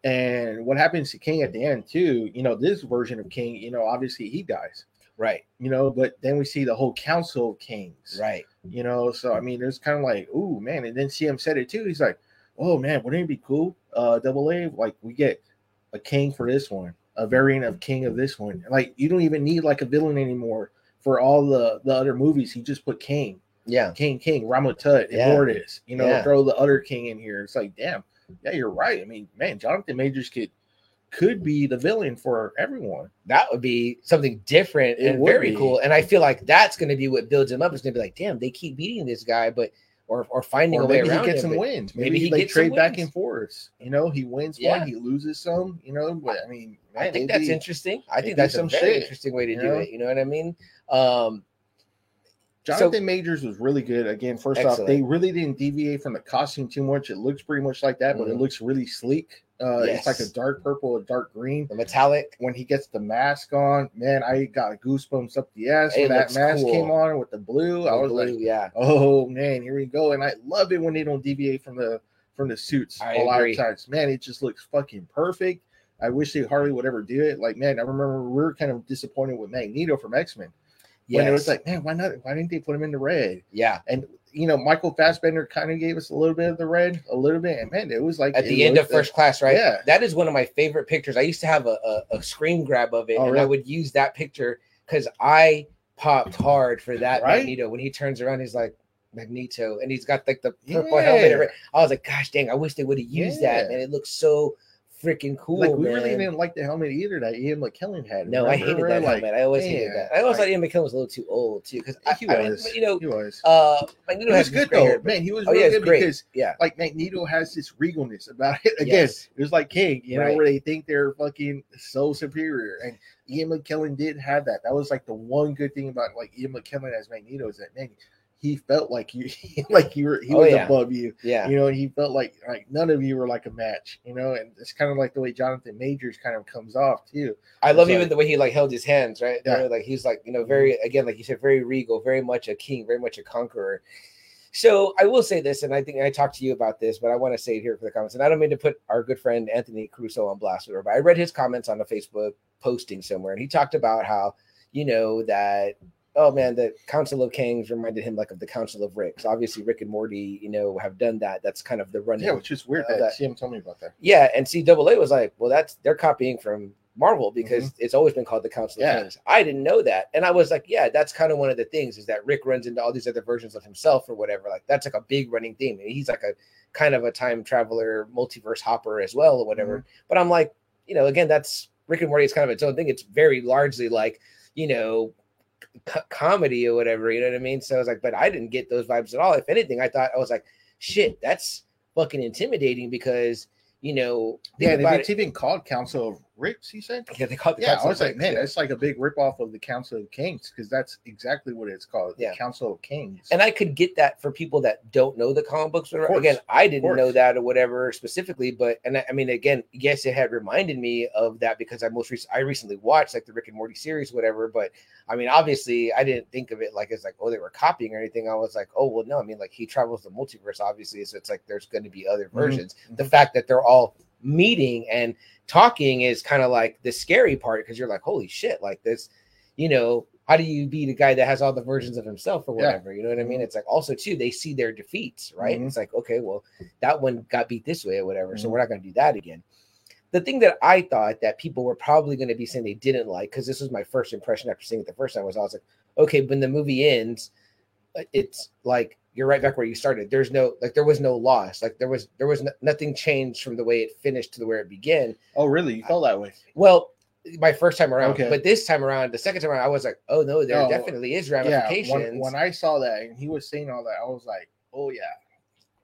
And what happens to King at the end too? You know, this version of King, you know, obviously he dies.
right,
You know, but then we see the whole council of kings.
right.
You know, so I mean, it's kind of like, oh man. And then CM said it too. He's like, oh man, wouldn't it be cool? Uh, double A, like we get a king for this one, a variant of king of this one. Like you don't even need like a villain anymore for all the the other movies. You just put King.
Yeah,
King King, Rama Tut,
Yeah.
Immortus, you know,
Yeah.
throw the other king in here. It's like, damn, yeah, you're right. I mean, man, Jonathan Majors could could be the villain for everyone.
that would be something different
It
and
would
very
be.
cool. And I feel like that's going to be what builds him up. It's going to be like, damn, they keep beating this guy, but or or finding
Or
a way
maybe he
around
gets
him.
some
but-
wins. Maybe,
maybe he
he they
gets some
trade back
wins.
and forth. You know, he wins
Yeah.
one, he loses some, you know. But I mean,
I
man,
think
it'd
that's
be-
interesting. I think
it'd be
that's some
some
very
shit,
interesting way to
you
do
know?
it. You know what I mean? Um, So-
Jonathan Majors was really good. Again, first off,
Excellent.
they really didn't deviate from the costume too much. It looks pretty much like that, but it
Mhm.
looks really sleek. Uh,
Yes.
It's like a dark purple, a dark green.
the metallic.
when he gets the mask on, man, I got goosebumps up the ass
It
when that
looks
mask
cool.
came on with the blue. I
the
was
blue,
like,
yeah,
oh man, here we go. And I love it when they don't deviate from the from the suits
I
a lot
agree.
of times. Man, it just looks fucking perfect. I wish they hardly would ever do it. Like, man, I remember we were kind of disappointed with Magneto from X Men when it was
Yes.
like, man, why not? Why didn't they put him in the red?
yeah.
And you know, Michael Fassbender kind of gave us a little bit of the red, a little bit, and man, it was like
At
it
the end of
looked-
first class, right?
Yeah.
That is one of my favorite pictures. I used to have a, a, a screen grab of it,
Oh,
and I
really?
would use that picture because I popped hard for that
Right?
Magneto when he turns around. He's like, Magneto, and he's got like the purple helmet.
Yeah.
and everything. I was like, gosh dang, I wish they would have used that,
Yeah.
and it looks so freaking cool.
like we really
man.
didn't like the helmet either that Ian McKellen had.
No, I
remember?
hated
We're
that
like,
helmet. I always hated
man,
that. I always
like-
thought Ian McKellen was a little too old too, because I,
He
I mean,
was.
you know,
He was.
uh, Magneto
he was
has
good
gray
though,
hair, but-
man. He was
Oh,
really
yeah, it's
good
great.
because
Yeah.
like Magneto has this regalness about it. Again,
Yes.
it was like King, you
Right.
know, where they think they're fucking so superior. And Ian McKellen did have that. That was like the one good thing about like Ian McKellen as Magneto is that man, he felt like you, like you were, he
Oh,
was
yeah.
above you.
Yeah.
You know, and he felt like like none of you were like a match. You know, and it's kind of like the way Jonathan Majors kind of comes off too.
I love
It's
even
like-
the way he like held his hands, right?
Yeah. Mm-hmm.
You know, Like he's like, you know, very again, like you said, very regal, very much a king, very much a conqueror. So I will say this, and I think I talked to you about this, but I want to say it here for the comments. And I don't mean to put our good friend Anthony Crusoe on blast, or whatever, but I read his comments on a Facebook posting somewhere, and he talked about how, you know, that oh man, the Council of Kings reminded him like of the Council of Ricks. Obviously, Rick and Morty, you know, have done that. That's kind of the running.
Yeah, which is weird
Uh,
that,
that-
Sam told me about that.
Yeah, and CAA was like, well, that's they're copying from Marvel because it's always been called the Council
Yeah.
of Kings. I didn't know that, and I was like, yeah, that's kind of one of the things is that Rick runs into all these other versions of himself or whatever. Like that's like a big running theme. And he's like a kind of a time traveler, multiverse hopper as well or whatever. But I'm like, you know, again, that's Rick and Morty is kind of its own thing. It's very largely like, you know. Co- comedy or whatever, you know what I mean? So I was like, but I didn't get those vibes at all. If anything, I thought I was like, shit, that's fucking intimidating because you know,
Yeah,
think
and
about
it's even called Council of Rips. He said.
it- yeah, they call it the
Yeah, I
Council
was
of
like,
Kings,
man,
yeah.
that's like a big ripoff of the Council of Kings because that's exactly what it's called,
Yeah.
the Council of Kings.
and I could get that for people that don't know the comic books. Or,
Of course,
again, I didn't
course.
know that or whatever specifically, but and I, I mean, again, yes, it had reminded me of that because I most recent I recently watched like the Rick and Morty series, whatever. But I mean, obviously, I didn't think of it like as like oh they were copying or anything. I was like, oh well, no, I mean like he travels the multiverse, obviously, so it's like there's going to be other
Mm-hmm.
versions. The fact that they're all meeting and talking is kind of like the scary part because you're like, holy shit, like this, you know, how do you be the guy that has all the versions of himself or
Yeah.
whatever? You know what I mean? It's like also too, they see their defeats, right?
Mhm.
It's like, okay, well, that one got beat this way or whatever, so
Mhm.
we're not gonna do that again. The thing that I thought that people were probably gonna be saying they didn't like, because this was my first impression after seeing it the first time, was I was like, okay, when the movie ends, uh, it's like you're right back where you started. There's no like there was no loss. Like there was there was no, nothing changed from the way it finished to the where it began.
oh, really? You felt that way?
Well, my first time around,
Okay.
but this time around, the second time around, I was like, oh no, there
No,
definitely is
Yeah.
ramifications.
When, when I saw that and he was saying all that, I was like, oh yeah,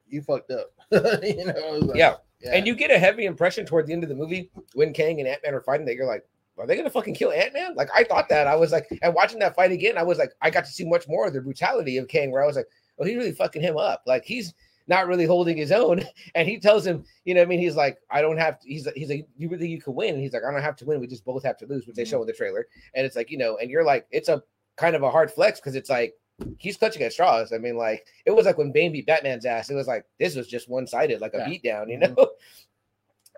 you fucked up. you know? I was like,
Yeah,
yeah.
And you get a heavy impression toward the end of the movie when Kang and Ant Man are fighting that you're like, are they gonna fucking kill Ant Man? Like I thought that. I was like, and watching that fight again, I was like, I got to see much more of the brutality of Kang, where I was like, oh, he's really fucking him up. Like he's not really holding his own. And he tells him, you know, what I mean, he's like, I don't have to. He's like, he's like, you really think you can win? And he's like, I don't have to win. We just both have to lose,
Mm-hmm.
which they show in the trailer. And it's like, you know, and you're like, it's a kind of a hard flex because it's like he's clutching at straws. I mean, like it was like when Bane beat Batman's ass. It was like this was just one sided, like a
Yeah.
beatdown, you know.
Mhm.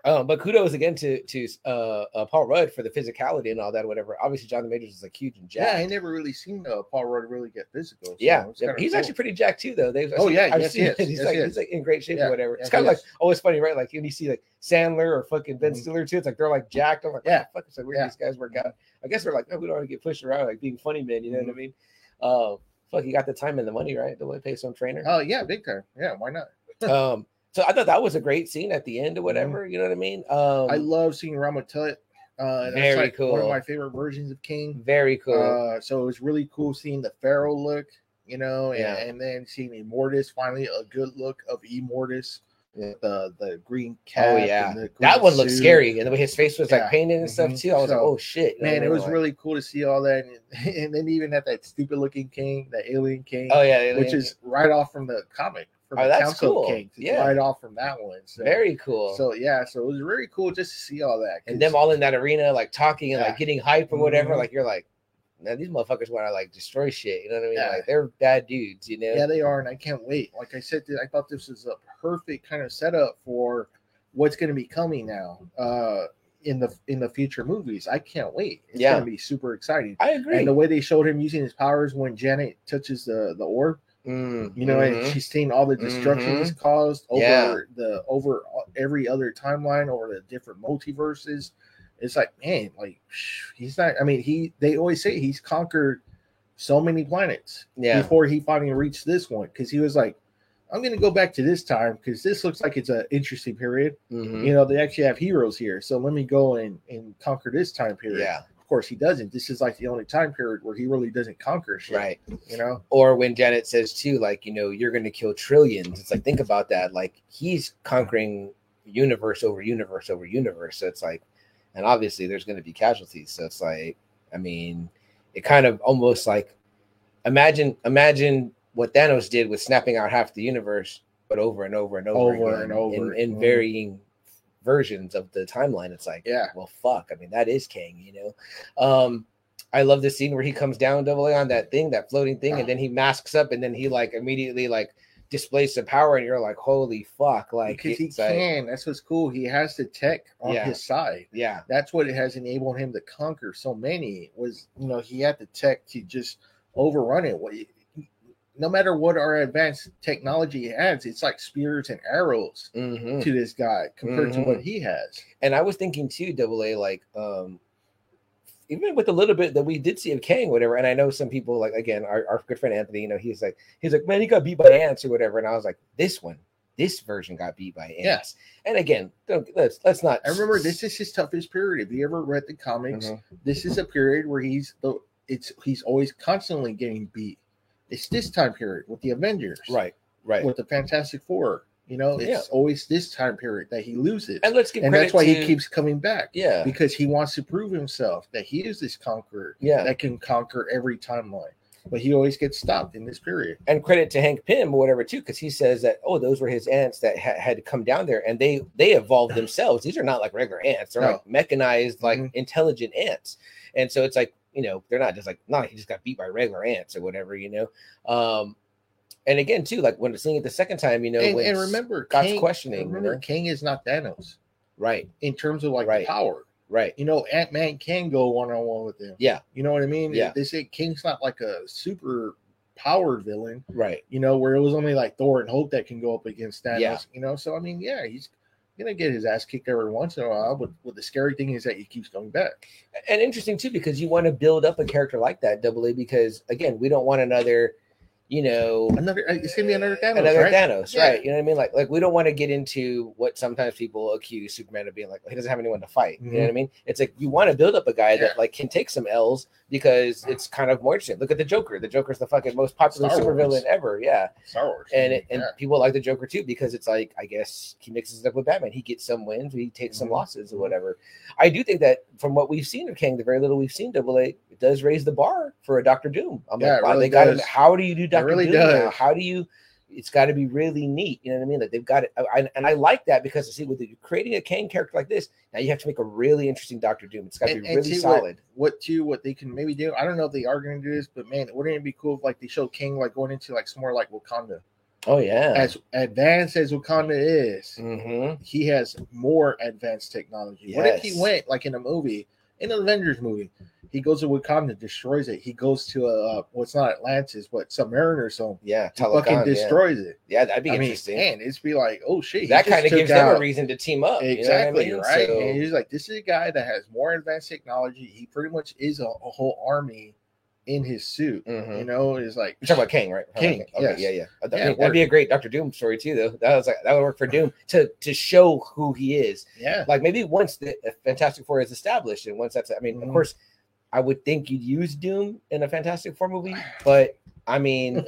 Um, but kudos again to to uh, uh, Paul Rudd for the physicality and all that, whatever. Obviously, Jonathan Majors is like huge and
yeah, I
jacked.
never really seen uh, Paul Rudd really get physical. so
Yeah,
it's
yeah,
kinda
he's
cool.
actually pretty jacked too, though. They've,
Oh, yeah,
I've
yes,
seen
he is.
it. He's
Yes,
like
he
he's
is.
like in great shape
Yeah,
or whatever. It's
yes,
kind
he
of like
is.
always funny, right? Like when you see like Sandler or fucking Ben
Mhm.
Stiller too, it's like they're like jacked. I'm like,
Yeah.
yeah, fuck, it's like where do
Yeah.
these guys work out. I guess they're like, no, we don't want to get pushed around like being funny men. You
Mm-hmm.
know what I mean? Uh, fuck, you got the time and the money, right? The way pay some trainer.
Oh yeah, big time. Yeah, why not? Uh-huh.
um, so I thought that was a great scene at the end or whatever. You know what I mean? Um,
Mm-hmm. I love seeing Rama Tut. Uh, that's
Very
like One
cool.
of my favorite versions of King.
very cool.
Uh, so it was really cool seeing the feral look, you know, and,
Yeah.
and then seeing Immortus finally a good look of Immortus,
Yeah. Oh,
the the green cat.
yeah.
and the
That
green
one looked
suit.
scary, and the way his face was
Yeah.
like painted and stuff
Mhm.
too. I was like,
So,
oh shit, You know what
Man,
I
it
mean?
was
Like,
really cool to see all that, and, and then even at that stupid looking king, the alien king,
oh yeah,
which is right off from the comic. From
Oh,
the
that's
Council of
cool.
Kings. It's
Yeah.
right off from that one. So,
very cool.
So yeah, so it was really cool just to see all that.
and
'cause-
them all in that arena, like talking and
Yeah.
like getting hype or whatever.
Mhm.
Like you're like, now these motherfuckers want to like destroy shit. You know what I mean?
Yeah.
Like they're bad dudes. You know?
Yeah, they are, and I can't wait. Like I said, I thought this was a perfect kind of setup for what's going to be coming now uh, in the in the future movies. I can't wait. It's
Yeah.
going to be super exciting.
I agree.
And the way they showed him using his powers when Janet touches the the orb,
Mm,
you know,
mhm.
and she's seen all the destruction
Mhm.
he's caused over
Yeah.
the over uh, every other timeline or the different multiverses. It's like, man, like he's not. I mean, he they always say he's conquered so many planets
Mm-hmm. Yeah.
before he finally reached this one because he was like, I'm going to go back to this time because this looks like it's an interesting period.
Mhm.
You know, they actually have heroes here. So let me go and, and conquer this time period.
Yeah.
Of course, he doesn't. This is like the only time period where he really doesn't conquer shit.
Right.
You know?
Or when Janet says too, like, you know, you're gonna kill trillions. It's like think about that. Like he's conquering universe over universe over universe. So it's like and obviously there's gonna be casualties. So it's like, I mean, it kind of almost like imagine imagine what Thanos did with snapping out half the universe, but over and over and over,
Over
again
and over.
in, in
Mhm.
varying versions of the timeline. It's like
Yeah.
well fuck i mean that is king you know um i love the scene where he comes down double a on that thing that floating thing and then he masks up and then he like immediately like displays some power and you're like holy fuck like
because he
it's like-
can. That's what's cool. He has the tech on
Yeah.
his side.
yeah
That's what has enabled him to conquer so many. Was you know he had the tech to just overrun it. What no matter what our advanced technology adds, it's like spears and arrows
Mhm.
to this guy compared
Mhm.
to what he has.
and i was thinking too double a like um even with a little bit that we did see of Kang, whatever, and I know some people like again, our, our good friend Anthony, you know, he's like, he's like, man, he got beat by ants or whatever, and I was like, this one, this version got beat by ants.
Yeah.
And again, don't, let's let's not.
I remember this is his toughest period. If you ever read the comics,
Mhm.
this is a period where he's the it's he's always constantly getting beat. It's this time period with the Avengers,
right, right.
with the Fantastic Four. You know, it's
Yeah.
always this time period that he loses,
and
and,
let's give credit
that's why
to-
he keeps coming back.
yeah
because he wants to prove himself that he is this conqueror
yeah
that can conquer every timeline. But he always gets stopped in this period.
and credit to hank pym or whatever too because he says that oh those were his ants that ha- had come down there and they they evolved themselves these are not like regular ants they're
No.
like mechanized like
Mhm.
intelligent ants and so it's like you know they're not just like not like he just got beat by regular ants or whatever you know um and again too like when seeing it the second time you know
And,
when
and remember,
Scott's
Kang,
questioning, you
Remember,
know?
Kang is not Thanos
right
in terms of like
Right.
power.
right
You know, Ant Man can go one on one with him.
yeah
You know what I mean?
Yeah.
They say King's not like a super powered villain.
right
you know, where it was only like Thor and Hope that can go up against Thanos,
Yeah.
you know. So I mean, yeah, he's gonna get his ass kicked every once in a while, but but the scary thing is that he keeps coming back.
and interesting too because you want to build up a character like that double a because again we don't want another you know
Another it's gonna be another Thanos,
another
right?
Thanos,
Yeah.
right? You know what I mean? Like, like we don't want to get into what sometimes people accuse Superman of being like. He doesn't have anyone to fight. You know
Mm-hmm.
what I mean? It's like you want to build up a guy
Yeah.
that like can take some L's because it's kind of more interesting. Look at the Joker. The Joker's the fucking most popular
Star Wars.
supervillain ever. Yeah,
Star Wars,
and it, and
Yeah.
people like the Joker too because it's like I guess he mixes it up with Batman. He gets some wins, he takes some
Mhm.
losses or whatever. I do think that from what we've seen of King, the very little we've seen, Double A it does raise the bar for a Doctor Doom. I'm
Yeah, it
like, wow,
really
they got him.
does.
How do you do Doctor
really
Doom? Now?
does.
How do you? It's got to be really neat. You know what I mean? Like they've got it, I, and I like that because see, with creating a Kang character like this, now you have to make a really interesting Doctor Doom. It's got to
And-
be
and
really
see what-
solid.
What too? What they can maybe do? I don't know if they are gonna do this, but man, wouldn't it be cool if like they show King like going into like some more like Wakanda?
Oh yeah.
As advanced as Wakanda is,
hmm
he has more advanced technology. What if he
Yes.
went like in a movie, in an Avengers movie? He goes to Wakanda, destroys it. He goes to a uh, what's not Atlantis, what Submariner Zone,
Yeah.
fucking
Telecom, yeah.
destroys it.
yeah, that'd be
I mean,
interesting.
and it's be like, oh shit, he
that
just
kind of
took
gives them a
out-
reason to team up. you know what I
Exactly
mean?
right.
So-
And he's like, this is a guy that has more advanced technology. He pretty much is a, a whole army in his suit.
Mhm.
You know, it's like
You're talking about King, right? You're talking
King,
about
yes.
Okay, yeah, yeah. I
Yeah,
mean,
it
that'd be a great Doctor Doom story too, though. That was like that would work for Doom to to show who he is.
yeah,
Like maybe once the uh, Fantastic Four is established, and once that's, I mean,
Mhm.
of course, I would think you'd use Doom in a Fantastic Four movie, but I mean,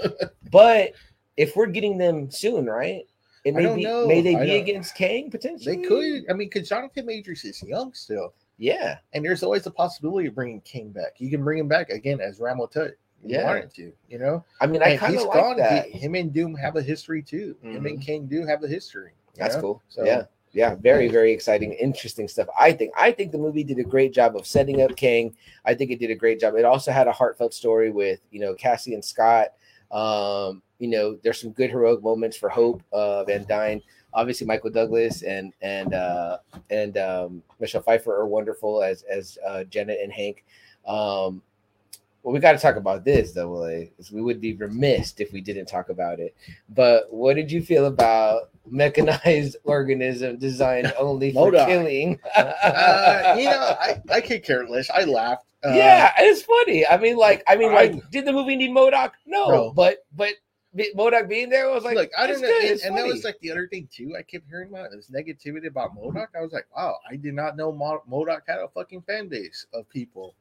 but if we're getting them soon, right? It
I
may
don't
be
know.
may they
I
be
don't-
against Kang
they
potentially?
could. I mean, because Jonathan Majors is young still.
yeah,
and there's always the possibility of bringing King back. You can bring him back again as Ramo Tut. if You
Yeah.
wanted to, you know.
I mean, I
And
kind
he's
of like
gone.
that. Mm-hmm.
He- him and Doom have a history too. Him and King do have a history. you
That's
know?
cool.
So-
yeah. Yeah, very, very exciting, interesting stuff. I think I think the movie did a great job of setting up King. I think it did a great job. It also had a heartfelt story with you know Cassie and Scott. Um, you know, there's some good heroic moments for Hope uh, Van Dyne. Obviously, Michael Douglas and and uh, and um, Michelle Pfeiffer are wonderful as as uh, Jenna and Hank. Um, Well, we got to talk about this, double A. 'cause We would be remiss if we didn't talk about it. But what did you feel about mechanized organism designed only for
Modok.
killing?
Uh, you know, I, I could care less. I laughed. Uh,
yeah, it's funny. I mean, like, I mean,
I-
like, did the movie need Modoc? No,
No.
but but be- Modoc being there was like,
Look, I
it's
didn't know,
good,
and,
it's
and that
funny.
was like the other thing too. I kept hearing about this negativity about Modoc. I was like, wow, I did not know Mo- Modoc had a fucking fan base of people.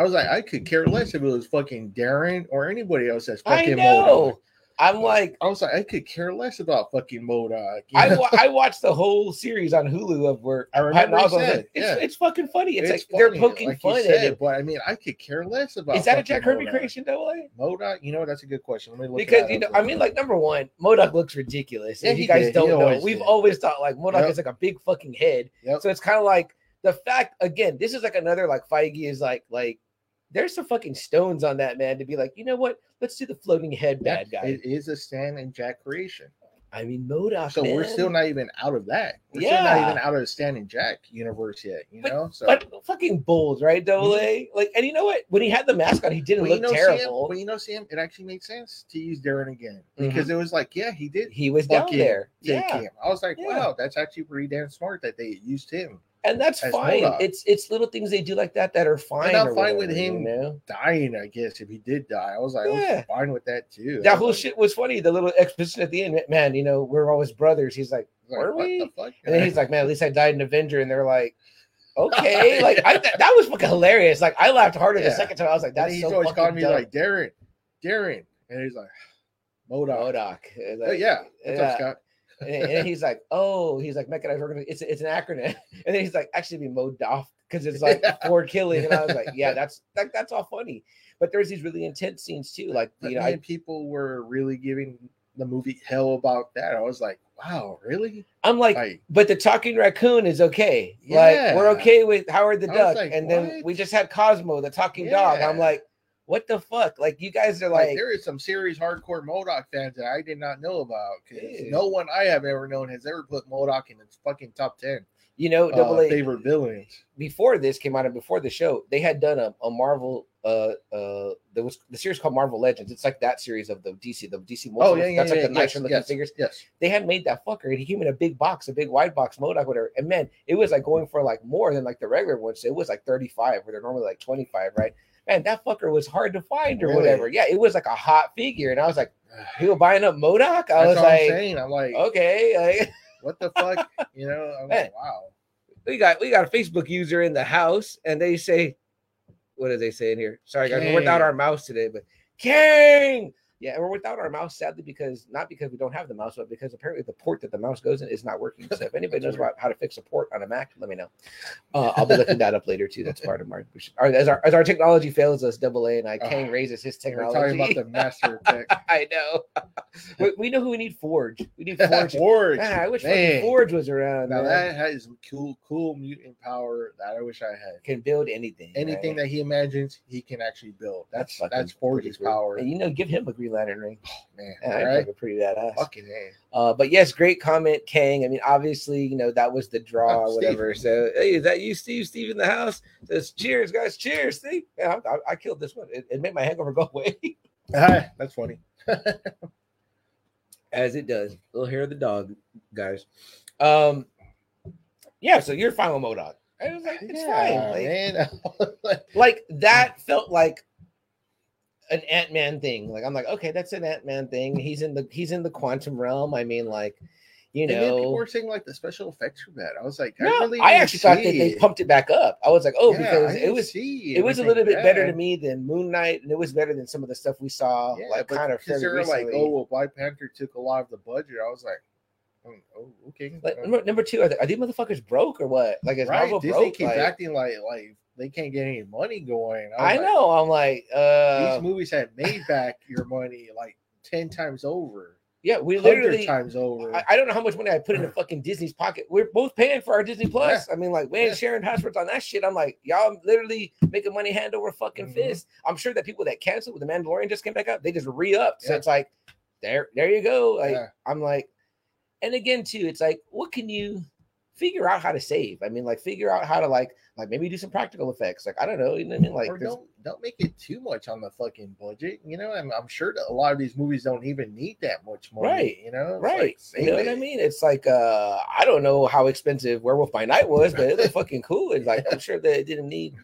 I was like, I could care less if it was fucking Darren or anybody else that's
I
fucking Modoc.
know. I'm like,
I was like, I could care less about fucking Modoc. you
I,
know?
wa- I watched the whole series on Hulu of where
I remember
Patton
you
Oswalt was
said,
like, it's,
yeah.
it's fucking funny. It's, like
funny,
they're poking
like you
fun at
said,
it.
But I mean, I could care less about.
Is that a
fucking
Jack Kirby
Modoc.
creation double A?
Modoc, you know, that's a good question. Let me look
Because
that
you know,
up
I
real
mean,
quick.
like number one, Modoc looks ridiculous.
Yeah,
if you
he
guys
did. He
don't know,
always
we've
did.
always thought like Modoc
Yep.
is like a big fucking head.
Yep.
So it's kind of like the fact again. This is like another like Feige is like like there's some fucking stones on that man to be like you know what? Let's do the floating head
Yeah,
bad guy.
It is a Stan and Jack creation.
I mean Modoc.
So we're
man.
still not even out of that. We're still
Yeah.
not even out of the Stan and Jack universe yet, you know? So
But fucking bold, right? Double A, like, and you know what? When he had the mask on, he didn't
when Mm-hmm. you
look
know Sam,
terrible.
when you know Sam, it actually made sense to use Darren again because it was like, yeah, he did
he was down
fucking
there,
take
yeah,
him. I was like,
Yeah.
wow, that's actually pretty damn smart that they used him
and that's
as
fine.
Modok.
It's it's little things they do like that that are fine.
I'm
or
fine with
whatever,
him.
You know?
dying. I guess if he did die, I was like, I
Yeah.
was fine with that too. I
That
was
whole
like-
shit was funny. The little exposition at the end, man. You know, we're always brothers. He's like,
I was
were
like, what
we?
the fuck?
and then he's like, man, at least I died an Avenger. And they're like, okay, like I, that, that was fucking hilarious. Like I laughed harder the
Yeah.
second time. I was like,
And
that's
he's
so
always
fucking
calling me
dumb.
like Darren, Darren, and he's like, Modoc.
Modok. It's
Oh,
like-
yeah, what's up,
yeah.
Scott?
and, and then he's like, "Oh, he's like mechanized organ. It's it's an acronym." And then he's like, "Actually, be mowed off because it's like
Yeah.
for killing." And I was like, "Yeah, that's like that's all funny." But there's these really intense scenes too, like
But
you know,
man,
I,
people were really giving the movie hell about that. I was like, wow, really?
I'm like,
Like,
but the talking raccoon is okay. Like we're
Yeah.
okay with Howard the
I was
Duck,
like,
and then
what?
we just had Cosmo, the talking dog. I'm
Yeah.
like, what the fuck? Like you guys are
like,
like,
there is some serious hardcore Modoc fans that I did not know about because
Dude.
no one I have ever known has ever put Modoc in its fucking top ten
you know,
uh,
Oh, double A.
favorite villains.
before this came out and before the show, they had done a, a Marvel uh uh there was the series called Marvel Legends. It's like that series of the DC, the DC
Oh
multiverse.
yeah, yeah,
that's like
yeah,
the
yes,
Nitro looking
yes,
figures.
yes.
They had made that fucker and he came in a big box, a big wide box Modoc, whatever. And man, it was like going for like more than like the regular ones. It was like 35 where they're normally like 25, right? Man, that fucker was hard to find or
Really?
whatever. Yeah, it was like a hot figure. And I was like, people buying up Modoc? I was
That's all I'm
like, oh.
saying. I'm like,
okay, like,
what the fuck? You know, I'm
Hey.
like, wow.
we got we got a Facebook user in the house, and they say, "What are they saying here?" Sorry, guys, we're without
King.
our mouse today, but King. Yeah, and we're without our mouse sadly because not because we don't have the mouse, but because apparently the port that the mouse goes in is not working. So if anybody knows
That's
about how to fix a port on a Mac, let me know. Uh, I'll be looking that up later too. That's part of our, we should- our- as our as our technology fails us. Double A and I,
Ah,
Kang raises his
We're
technology.
talking about the master effect.
I know. we, we know who we need. Forge. We need Forge.
Forge.
Man, I wish fucking
Man.
Forge was around.
Now
man.
that has some cool, cool mutant power that I wish I had.
can build anything.
Anything
right?
that he imagines, he can actually build. That's
fucking
that's, Forge's
pretty cool.
power,
And you know, give him a Green Lantern ring.
man.
And
All
I
right,
think it's pretty badass.
fucking man.
Uh, but yes, great comment, Kang. I mean, obviously, you know that was the draw,
Oh,
or
Steve.
whatever. So, hey, is that you, Steve? Steve in the house says, "Cheers, guys! Cheers, Steve." Yeah, I, I, I killed this one. It, it made my hangover go away,
Ah, that's funny.
as it does. Little hair of the dog, guys. Um, yeah. So you're fine with Modoc. I was like, it's fine. Like,
man. Like,
like that felt like an ant-man thing like i'm like okay that's an ant-man thing he's in the he's in the quantum realm i mean like you
and then people
know
were saying like the special effects for that. I was like,
No,
I really,
i
didn't
actually thought that they
see.
pumped it back up i was like oh
Yeah, I
because it
didn't
was
see
it was a
everything
little bit better to
bad.
me than moon knight and it was better than some of the stuff we saw
Yeah,
like
but
kind of fairly
considering Oh, like,
recently.
oh, well, Black Panther took a lot of the budget. I was like, mm, oh, okay.
Like,
uh,
number, number two are, they, are these motherfuckers broke or what like is
right?
marvel
Disney
broke
keeps
Like,
acting like like they can't get any money going. was
i
like,
know i'm like uh
these movies have made back your money like 10 times over,
yeah we
100
literally
times over.
I, I don't know how much money I put into fucking Disney's pocket. We're both paying for our Disney Plus. I mean, like, we ain't
Yeah.
sharing passwords on that shit. I'm like, y'all literally making money hand over fucking
Mhm.
fist. I'm sure that people that canceled with the Mandalorian just came back up. They just re upped. So
Yeah.
it's like, there, there you go. Like,
Yeah.
I'm like, and again, too, it's like, what can you figure out how to save. I mean, like figure out how to like like maybe do some practical effects. Like I don't know, you know what I mean? Like
or
there's-
don't don't make it too much on the fucking budget. You know, I'm, I'm sure that a lot of these movies don't even need that much money.
Right.
You know, It's like,
right.
save
you know what I
it.
mean? It's like uh I don't know how expensive Werewolf by Night was, but it was fucking cool. And like I'm sure that it didn't need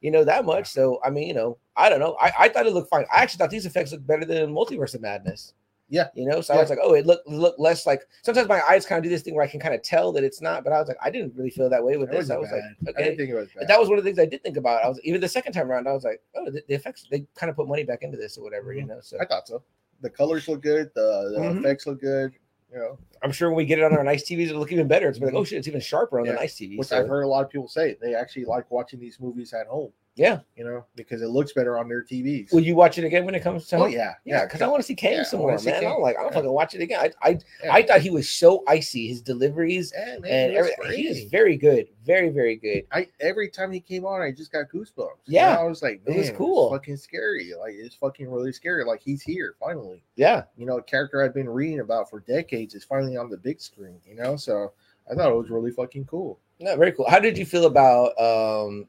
you know that much. So I mean, you know, I don't know. I, I thought it looked fine. I actually thought these effects looked better than Multiverse of Madness.
Yeah.
You know, so I
Yeah.
was like, oh, it looked looked less like sometimes my eyes kind of do this thing where I can kind of tell that it's not, but I was like, I didn't really feel that way with
That
this. I
wasn't
was
bad.
like,
I
okay.
didn't think it was bad.
But that was one of the things I did think about. I was even the second time around, I was like, oh, the, the effects they kind of put money back into this or whatever, you know. So
I thought so. The colors look good. The, the
Mhm.
effects look good. You know,
I'm sure when we get it on our nice TVs, it'll look even better. It's like, oh shit, it's even sharper on
Yeah.
the nice TV.
which
so-
I've heard a lot of people say they actually like watching these movies at home.
Yeah.
You know, because it looks better on their TVs.
Will you watch it again when it comes to?
oh yeah,
yeah, because I want to see Kane
Yeah, I wanna
somewhere,
see
man.
Kane.
I'm like, I'm
Yeah.
fucking watch it again. I, I,
Yeah.
I thought he was so icy, his deliveries
Yeah, man,
and
it was
everything. He is
crazy.
very good, very, very good.
I every time he came on, I just got goosebumps.
Yeah.
And I was like,
was
man, it's
cool.
fucking scary. Like it's fucking really scary. Like he's here finally.
Yeah,
You know, a character I've been reading about for decades is finally on the big screen. You know, so I thought it was really fucking cool.
no, very cool. How did you feel about? um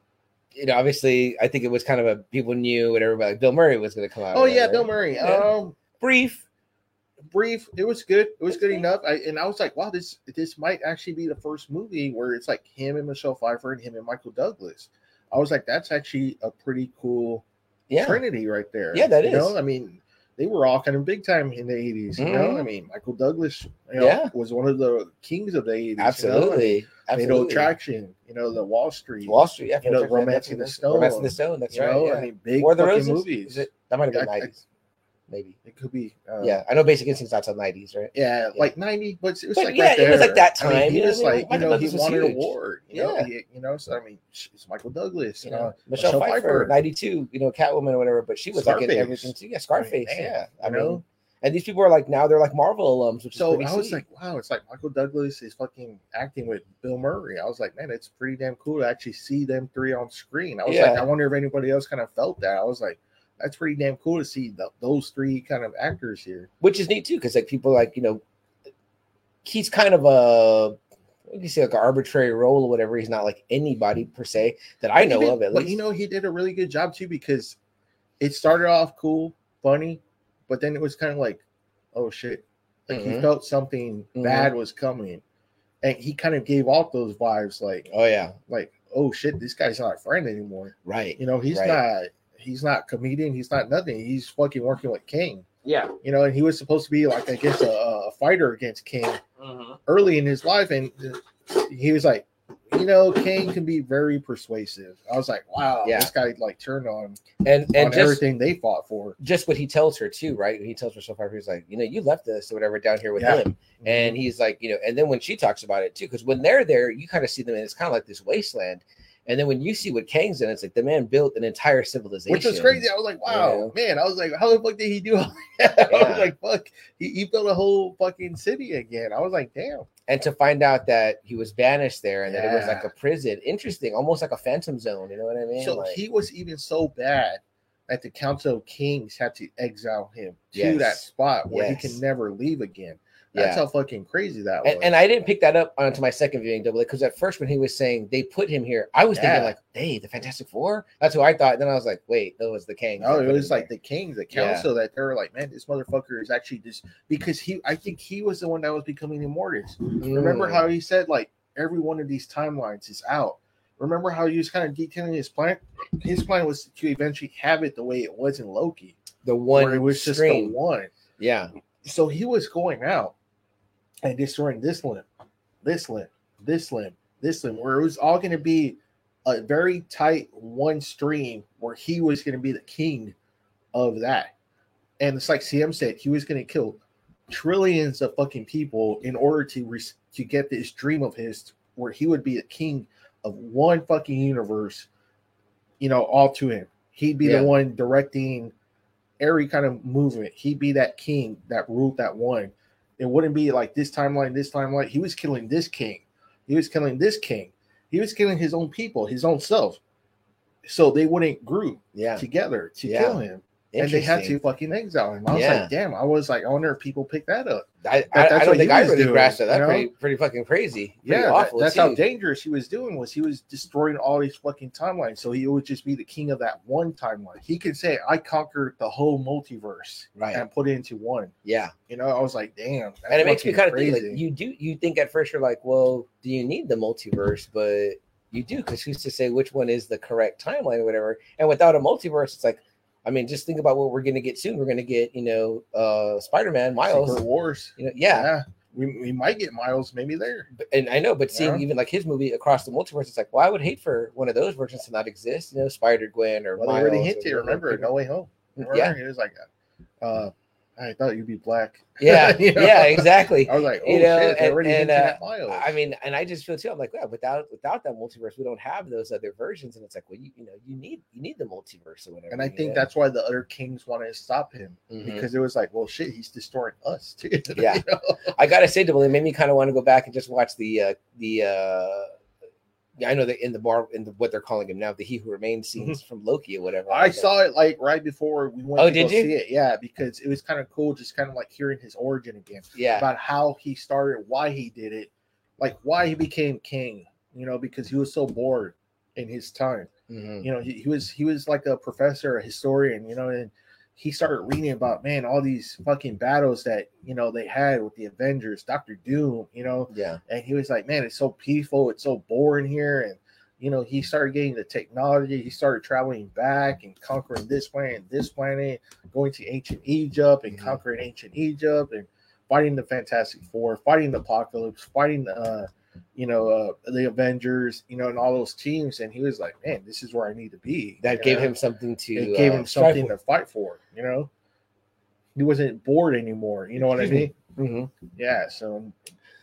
you know, obviously, I think it was kind of a people knew whatever, but like Bill Murray was going to come out.
Oh
or
yeah,
whatever.
Bill Murray.
Yeah.
Um,
Brief,
brief. It was good. It was
It's
good
good.
enough. I and I was like, wow, this this might actually be the first movie where it's like him and Michelle Pfeiffer and him and Michael Douglas. I was like, that's actually a pretty cool
yeah,
trinity right there.
Yeah, that
you
is.
Know? I mean, they were all kind of big time in the 80s. You know,
Mhm.
I mean, Michael Douglas you know,
Yeah.
was one of the kings of the 80s. you know? I mean,
absolutely,
Fatal
absolutely.
Attraction, you know, the Wall Street.
Wall Street, yeah,
you know,
Fatal
Romancing
Attraction,
the
Romancing
Stone.
the Stone. That's
you
right.
know,
yeah.
I mean, big
War of the
fucking
Roses?
movies.
Is it- that might have been
I- I-
nineties, maybe.
It could be. Uh,
yeah, I know Basic Instinct's not till nineties, right? Yeah.
Yeah, like 90, but it was
But
like
yeah,
right
it was like
there.
that
I mean,
time,
he
you know
was
what I mean?
like, you
Michael
know, he
Douglas was
won an
huge.
award. You know,
Yeah.
he, you know, so I mean, sh- it's Michael Douglas.
You
You
know,
know,
Michelle,
Michelle
Pfeiffer,
Pfeiffer.
ninety-two, you know, Catwoman or whatever. But she was like in
Scarface.
everything too. Yeah, Scarface.
damn,
yeah, I
you know?
mean, and these people are like now they're like Marvel alums, which is
So
pretty
I was
sweet.
like, wow, it's like Michael Douglas is fucking acting with Bill Murray. I was like, man, it's pretty damn cool to actually see them three on screen. I was like,
Yeah.
I wonder if anybody else kind of felt that. I was like, that's pretty damn cool to see th- those three kind of actors here.
which is neat too, because like people like you know, he's kind of a you can say like an arbitrary role or whatever. He's not like anybody per se that I know
Even-
of at
but
least.
you know, he did a really good job too because it started off cool, funny, but then it was kind of like, oh shit, like he
Mhm.
felt something
Mhm.
bad was coming, and he kind of gave off those vibes like,
oh yeah,
like, oh shit, this guy's not a friend anymore.
right.
You know, he's
Right.
not he's not comedian, he's not nothing. He's fucking working with King.
Yeah.
You know, and he was supposed to be like I guess a, a fighter against King
Mm-hmm.
early in his life, and he was like, you know, King can be very persuasive. I was like, wow,
Yeah.
this guy like turned on
And and
on
just,
everything they fought for.
just what he tells her too, right? He tells her so far, he's like, you know, you left us or whatever down here with
Yeah. Mm-hmm.
him. And he's like, you know, and then when she talks about it too, because when they're there, you kind of see them and it's kind of like this wasteland. And then when you see what Kang's in, it's like the man built an entire civilization.
Which was crazy. I was like, wow, man. I was like, how the fuck did he do all that? I
Yeah.
was like, fuck. He, he built a whole fucking city again. I was like, damn.
And to find out that he was banished there and that it was
Yeah.
like a prison. Interesting, almost like a phantom zone, you know what I mean?
So
Like,
he was even so bad that the Council of Kings had to exile him to
Yes.
that spot where he
Yes.
can never leave again.
yeah.
That's how fucking crazy that was.
and, and I didn't pick that up onto my second viewing double because at first when he was saying they put him here, I was
Yeah.
thinking like, hey, the Fantastic Four. That's what I thought. Then I was like, wait, that was the Kang.
no,
that
it
put
was
him
like
there.
the Kings, the
Yeah.
Council, that they were like, man, this motherfucker is actually just because he. I think he was the one that was becoming immortus. Remember
Mm.
how he said like every one of these timelines is out. Remember how he was kind of detailing his plan? His plan was to eventually have it the way it was in Loki,
the one
where it was just
stream.
the one.
Yeah,
so he was going out and destroying this limb, this limb, this limb, this limb, where it was all going to be a very tight one stream where he was going to be the king of that. And it's like CM said, he was going to kill trillions of fucking people in order to re- to get this dream of his where he would be the king of one fucking universe, you know, all to him. He'd be
Yeah.
the one directing every kind of movement. He'd be that king that ruled that one. It wouldn't be like this timeline, this timeline. He was killing this king. He was killing this king. He was killing his own people, his own self. So they wouldn't group
yeah.
together to
Yeah.
kill him. And they had to
Interesting.
fucking exile him. I was
Yeah.
like, damn, I was like, I wonder if people pick that up.
I, I,
that's
I
what
don't think
you
I
was
really
doing,
grasped that. That's
you know?
pretty, pretty fucking crazy. Pretty
yeah, that-
awful.
that's how
too.
dangerous he was doing was he was destroying all these fucking timelines. So he would just be the king of that one timeline. He could say, "I conquered the whole multiverse
Right.
and put it into one."
Yeah.
You know, I was like, "Damn," that's
and it makes me
fucking
kind of think like you do you think at first you're like well do you need the multiverse but you do because who's to say which one is the correct timeline or whatever and without a multiverse it's like i mean just think about what we're going to get soon we're going to get you know uh spider-man miles
Secret Wars.
you know yeah,
we, we might get Miles maybe there.
But- and i know but seeing
Yeah.
even like his movie across the multiverse it's like well i would hate for one of those versions to not exist you know spider-gwen or
Well,
miles
they already hit
or
there. Remember,
whatever.
No Way Home. Remember?
Mm, Yeah.
it was like, uh, I thought you'd be black.
yeah
You know? Oh.
yeah exactly
I was like, oh
You know,
shit, they
and-
already
and,
hinted
uh,
at Miles.
I mean, and I just feel too. I'm like, yeah, without without that multiverse, we don't have those other versions. And it's like, well, you, you know, you need you need the multiverse or whatever.
and I
you
think
know?
that's why the other kings wanted to stop him
Mhm.
because it was like, well, shit, he's destroying us too. You
Yeah.
know?
I gotta say, Double, it made me kind of want to go back and just watch the uh, the. uh I know that in the bar in the, what they're calling him now, the He Who Remains scenes from Loki or whatever.
Mm-hmm. I
was like,
saw it like right before we went
Oh,
to go
did you?
see it. Yeah, because it was kind of cool, just kind of like hearing his origin again
Yeah,
about how he started, why he did it, like why he became king. You know, because he was so bored in his time.
Mhm.
you know he, he was he was like a professor a historian you know and he started reading about man all these fucking battles that you know they had with the avengers dr doom you know
yeah,
and he was like man it's so peaceful it's so boring here and you know he started getting the technology he started traveling back and conquering this planet and this planet going to ancient egypt and
Mhm.
conquering ancient egypt and fighting the fantastic four fighting the apocalypse fighting uh you know uh, the avengers you know and all those teams and he was like man this is where i need to be
that
you
gave
know?
him something to.
it gave
uh,
him
strive
something
for.
to fight for you know he wasn't bored anymore you know what i
Excuse
mean
Mhm.
yeah so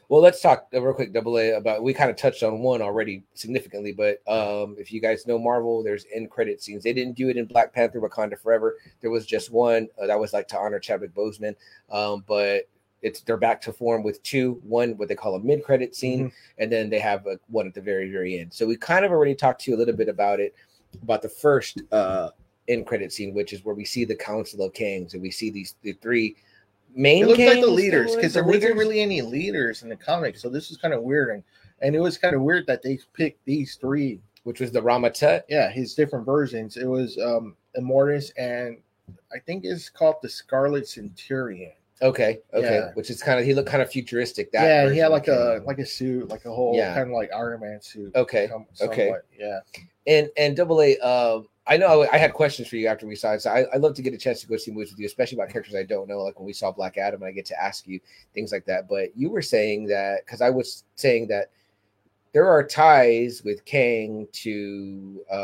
Well, let's talk uh, real quick, double A, about we kind of touched on one already significantly, but um, if you guys know Marvel, there's end credit scenes. They didn't do it in Black Panther Wakanda Forever. There was just one uh, that was like to honor Chadwick Boseman, um, but it's they're back to form with two one what they call a mid credit scene,
Mm-hmm.
and then they have a, one at the very very end. So we kind of already talked to you a little bit about it, about the first uh, end credit scene, which is where we see the Council of Kings and we see these the three main.
it looked like the
kings,
leaders
the
because there
leaders?
wasn't really any leaders in the comics, so this was kind of weird. And, and it was kind of weird that they picked these three,
which was the Rama Tut.
yeah, his different versions. It was um Immortus and I think it's called the Scarlet Centurion.
Okay, okay,
Yeah.
which is kind of he looked kind of futuristic. That
yeah, he
version
had like
of
a
him.
like a suit, like a whole
Yeah.
kind of like Iron Man suit.
okay,
some-
okay.
somewhat, yeah.
and and double A. Um, I know I, I had questions for you after we saw it. So I, I love to get a chance to go see movies with you, especially about characters I don't know. Like when we saw Black Adam, and I get to ask you things like that. But you were saying that because I was saying that there are ties with Kang to uh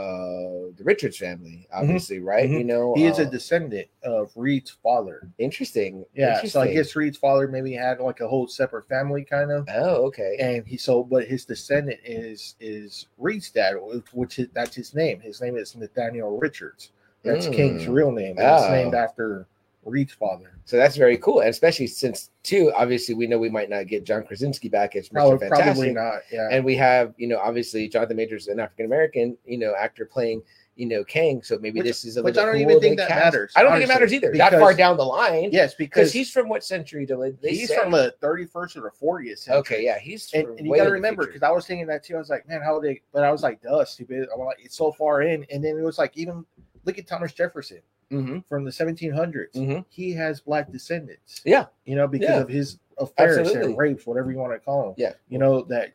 the Richards family, obviously, right?
mhm.
You know,
He is a
uh,
descendant of Reed's father.
interesting.
Yeah, so I
interesting.
guess Reed's father maybe had like a whole separate family, kind of.
Oh, okay.
and he so but his descendant is is Reed's dad, which- which is, that's his name. His name is Nathaniel Richards. That's
Mm.
King's real name. and It's
Oh.
named after Reed's father.
So that's very cool, and especially since too, obviously we know we might not get John Krasinski back as Mr.
Probably,
Fantastic,
probably not. Yeah.
and we have you know obviously Jonathan Majors, an African American you know actor playing you know Kang, so maybe
Which-
this is a
which
little.
I don't
cool
even think
they
that
cast-
matters,
I don't think it matters
honestly,
either. That far
because-
down the line,
yes,
because
because
he's from what century? Do they
he's
say?
from the 31st or the 40th. Century.
okay, yeah, he's
And,
from
and you
way
gotta
in the
remember,
future.
because I was thinking that too. I was like, man, how they? But I was like, duh, stupid. I'm like, it's so far in. And then it was like, even look at Thomas Jefferson
Mhm,
from the 1700s.
mhm.
He has black descendants.
Yeah.
you know, because
Yeah.
of his affairs
Absolutely.
and rapes, whatever you want to call them.
Yeah.
you know that.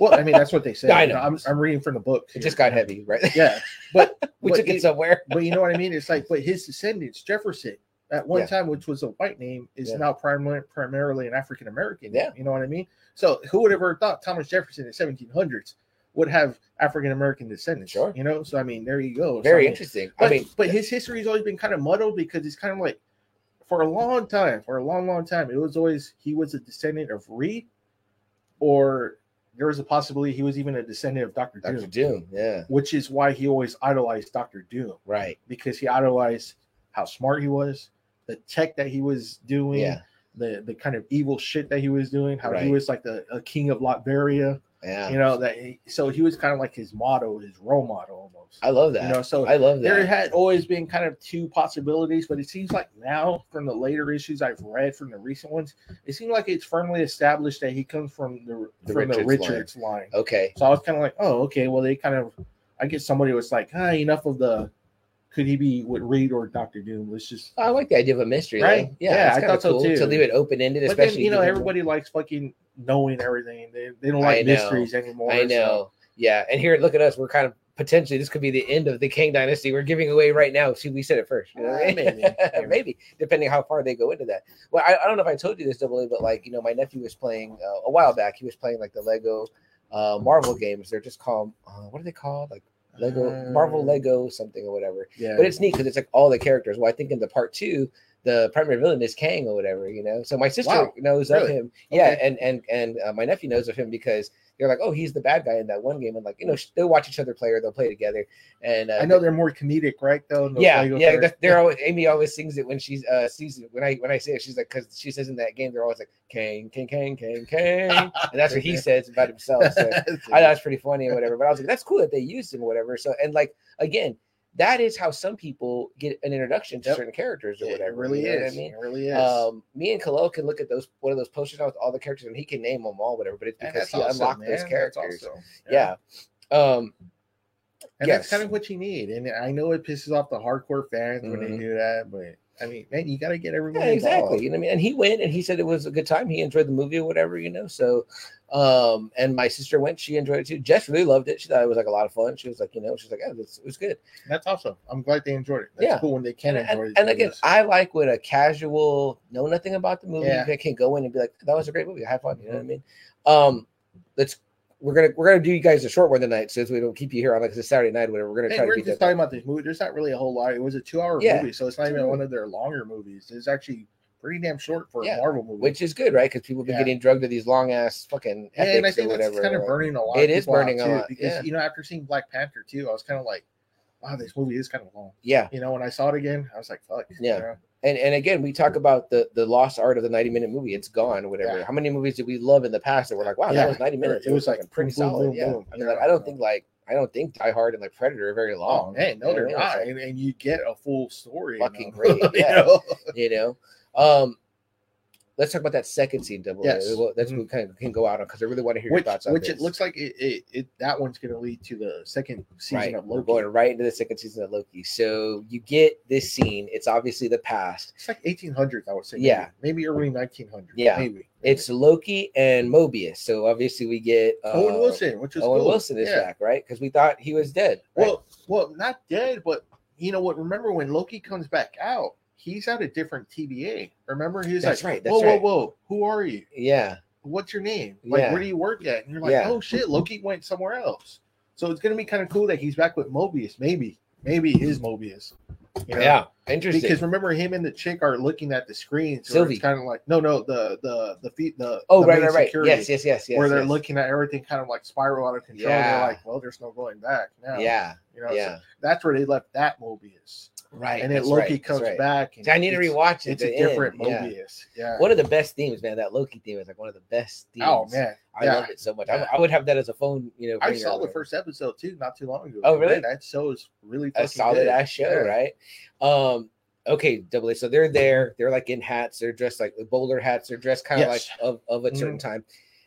Well, I mean, that's what they say.
Yeah, I
You
know.
I'm, I'm reading from the book.
it just got heavy, right?
Yeah,
we
but
took it
it-
somewhere.
but you know what I mean. It's like, but his descendants, Jefferson, at one
Yeah.
time, which was a white name, is
Yeah.
now primarily primarily an African American. name,
Yeah.
you know what I mean. So who would have ever thought Thomas Jefferson in 1700s would have African American descendants?
Sure.
you know. So I mean, there you go.
Very
interesting.
interesting.
But,
I mean,
but his history's always been kind of muddled because it's kind of like for a long time, for a long, long time, it was always he was a descendant of Reed, or there was a possibility he was even a descendant of Doctor
Doctor
Doom,
Doom, yeah,
which is why he always idolized Doctor Doom
right,
because he idolized how smart he was, the tech that he was doing,
yeah,
the the kind of evil shit that he was doing, how
Right.
he was like the a king of Latveria,
Yeah.
You know that. So he was kind of like his motto, his role model almost.
I love that.
You know, so
I love
there
that.
had always been kind of two possibilities, but it seems like now, from the later issues I've read, from the recent ones, it seems like it's firmly established that he comes from the,
The
from
Richards
the
line.
Richards line.
Okay.
So I was kind of like, oh, okay. Well, they kind of, I guess somebody was like, ah, enough of the. Could he be with Reed or Doctor Doom? Let's just.
I like the idea of a mystery,
Right?
though. Yeah,
Yeah,
it's
I
kinda
thought so,
cool
too.
To leave it open ended,
But then
especially
you know
given-
everybody likes fucking knowing everything. They, they don't
I
like
know.
mysteries anymore.
I
so-
know. Yeah, and here, look at us. We're kind of potentially this could be the end of the Kang dynasty. We're giving away right now. See, we said it first. You know what I mean?
Uh, maybe, maybe.
Maybe, depending how far they go into that. Well, I, I don't know if I told you this, double A, but like you know, my nephew was playing uh, a while back. He was playing like the Lego uh, Marvel games. They're just called uh, what are they called? Like Lego Marvel
Uh,
Lego something or whatever.
Yeah.
But it's neat because it's like all the characters. Well, I think in the part two, the primary villain is Kang or whatever, you know. So my sister
Wow,
knows of
really?
him, yeah,
Okay.
and and and uh, my nephew knows of him because they're like, oh, he's the bad guy in that one game, and like you know, sh- they'll watch each other play or they'll play together. And uh,
I know they're more comedic, right? Though. the
yeah,
Lego
yeah.
characters.
That, they're always Amy always sings it when she's uh sees it when I when I say it. She's like because she says in that game they're always like Kang, Kang, Kang, Kang, Kang, and that's what he says about himself. So I thought it's pretty funny or whatever. But I was like, that's cool that they used him or whatever. So and like again, that is how some people get an introduction to
Yep.
certain characters or
It
whatever. you
really
know what
is.
I mean,
It really is.
um, me and Khalil can look at those one of those posters now with all the characters and he can name them all, whatever. But it's
And
because
that's
he
awesome,
unlocked
man.
those
That's
characters.
awesome.
Yeah. Um,
And
Yes.
that's kind of what you need. And I know it pisses off the hardcore fans when
Mhm.
they do that, but I mean, man, you got to get everyone
yeah, exactly. You know what I mean? And he went and he said it was a good time. He enjoyed the movie or whatever, you know. So, um, and my sister went. She enjoyed it too. Jess really loved it. She thought it was like a lot of fun. She was like, you know, she's like, yeah, this, it was good.
That's awesome. I'm glad they enjoyed it. That's
Yeah.
cool when they can
and,
enjoy
and-
it.
and again, I like when a casual know nothing about the movie
Yeah.
they can go in and be like, "That was a great movie. Have fun." You know what I mean? Um, let's we're gonna we're gonna do you guys a short one tonight, so we don't keep you here on like it's a Saturday night, or whatever. We're gonna
Hey,
try
we're
to
just
get
talking
that.
about this movie. There's not really a whole lot. It was a two-hour
Yeah.
movie, so it's not even
Absolutely.
one of their longer movies. It's actually pretty damn short for
Yeah.
a Marvel movie.
Which is good, right? Because people be
Yeah.
getting drugged to these long ass fucking
Yeah,
epics
and I think
or
that's
whatever.
kind of
right?
burning a lot.
It
of
is
people out,
burning a
too,
lot,
because
yeah.
you know after seeing Black Panther too, I was kind of like, wow, this movie is kind of long.
Yeah,
You know, when I saw it again, I was like, fuck. you
Yeah.
know?
and and again, we talk about the the lost art of the ninety minute movie. It's gone, whatever.
Yeah.
How many movies did we love in the past that were like, wow,
Yeah.
that was ninety minutes?
It was like
fucking pretty
boom, boom,
solid.
boom,
yeah,
boom.
I mean, like, I don't think like I don't think Die Hard and like Predator are very long.
Oh, man, no,
You know
they're
what I mean? Um, It's
not.
like-
and, and you get a full story.
Fucking
you know?
great,
You
yeah.
know?
you know. Um, let's talk about that second scene, double. A.
Yes. Mm-hmm.
Well, that's what we kind of can go out on because I really want to hear
Which,
your thoughts on
which it
this.
looks like it, it, it that one's going to lead to the second season
right.
of
We're
Loki.
going right into the second season of Loki. So you get this scene. It's obviously the past.
It's like 1800s, I would say.
Yeah.
Maybe, maybe early 1900s.
Yeah.
Maybe. maybe.
It's Loki and Mobius. So obviously we get uh,
Owen Wilson, which is
Owen
cool.
Wilson is
yeah.
back, right? Because we thought he was dead. right?
Well, well, not dead, but you know what? Remember when Loki comes back out, he's at a different TBA. Remember, he was
That's
like,
right, that's
"Whoa,
right.
whoa, whoa! Who are you?
yeah,
What's your name? Like,
Yeah.
where do you work at?" And you're like,
Yeah.
"Oh shit, Loki went somewhere else." So it's gonna be kind of cool that he's back with Mobius. Maybe, maybe it is Mobius. you know?
yeah, interesting.
Because remember, him and the chick are looking at the screen. So
Sylvie.
it's kind of like, no, no, the the the feet, the
oh,
the
right,
main
right, right.
security,
Yes, yes, yes, yes.
where they're
yes.
looking at everything kind of like spiral out of control.
Yeah.
They're like, well, there's no going back now.
Yeah,
you know, so
yeah,
that's where they left that Mobius.
right.
And then
that's
Loki
right, that's
comes
right.
back. And
See, I need to
it's-
rewatch it.
It's
the
a different
end, yeah.
Mobius. Yeah.
One of the best themes, man. That Loki theme is like one of the best themes.
Oh man,
I
yeah.
love it so much. I,
Yeah.
I would have that as a phone, you know.
I
ringer
saw
or
the
whatever.
first episode too, not too long ago.
Oh, really?
Man, that show is really
a
fucking
solid
good.
ass show,
Yeah.
right? Um, okay, double A. So they're there. They're like in hats. They're dressed like with bowler hats. They're dressed kind of
Yes. Mm-hmm.
like of, of a certain time.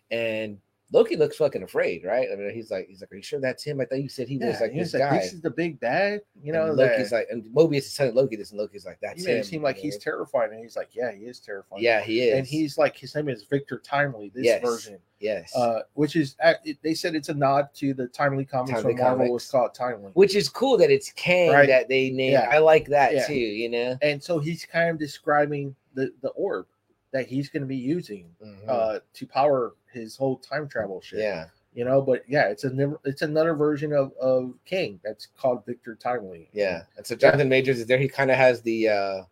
And Loki looks fucking afraid, right? I mean, he's like, he's like, are you sure that's him? I thought you said he
Yeah,
was like
he was
this
like,
guy.
this is the big bad. You know,
and
that-
Loki's like, and Mobius is telling Loki this, and Loki's like, that's
he made
him.
it seem like
you
he's
know?
terrified, and he's like, yeah, he is terrified.
yeah, he is,
And he's like, his name is Victor Timely. This
Yes.
version,
yes,
uh, which is uh, it- they said it's a nod to the Timely comics
Timely
from Marvel
comics.
was called Timely.
which is cool that it's Kang
Right.
that they named.
Yeah.
I like that
Yeah.
too, you know.
and so he's kind of describing the the orb that he's going to be using
Mhm.
uh to power his whole time travel shit
yeah,
you know but yeah it's another it's another version of of king that's called victor timely
Yeah. And so Jonathan Majors is there. He kind of has the uh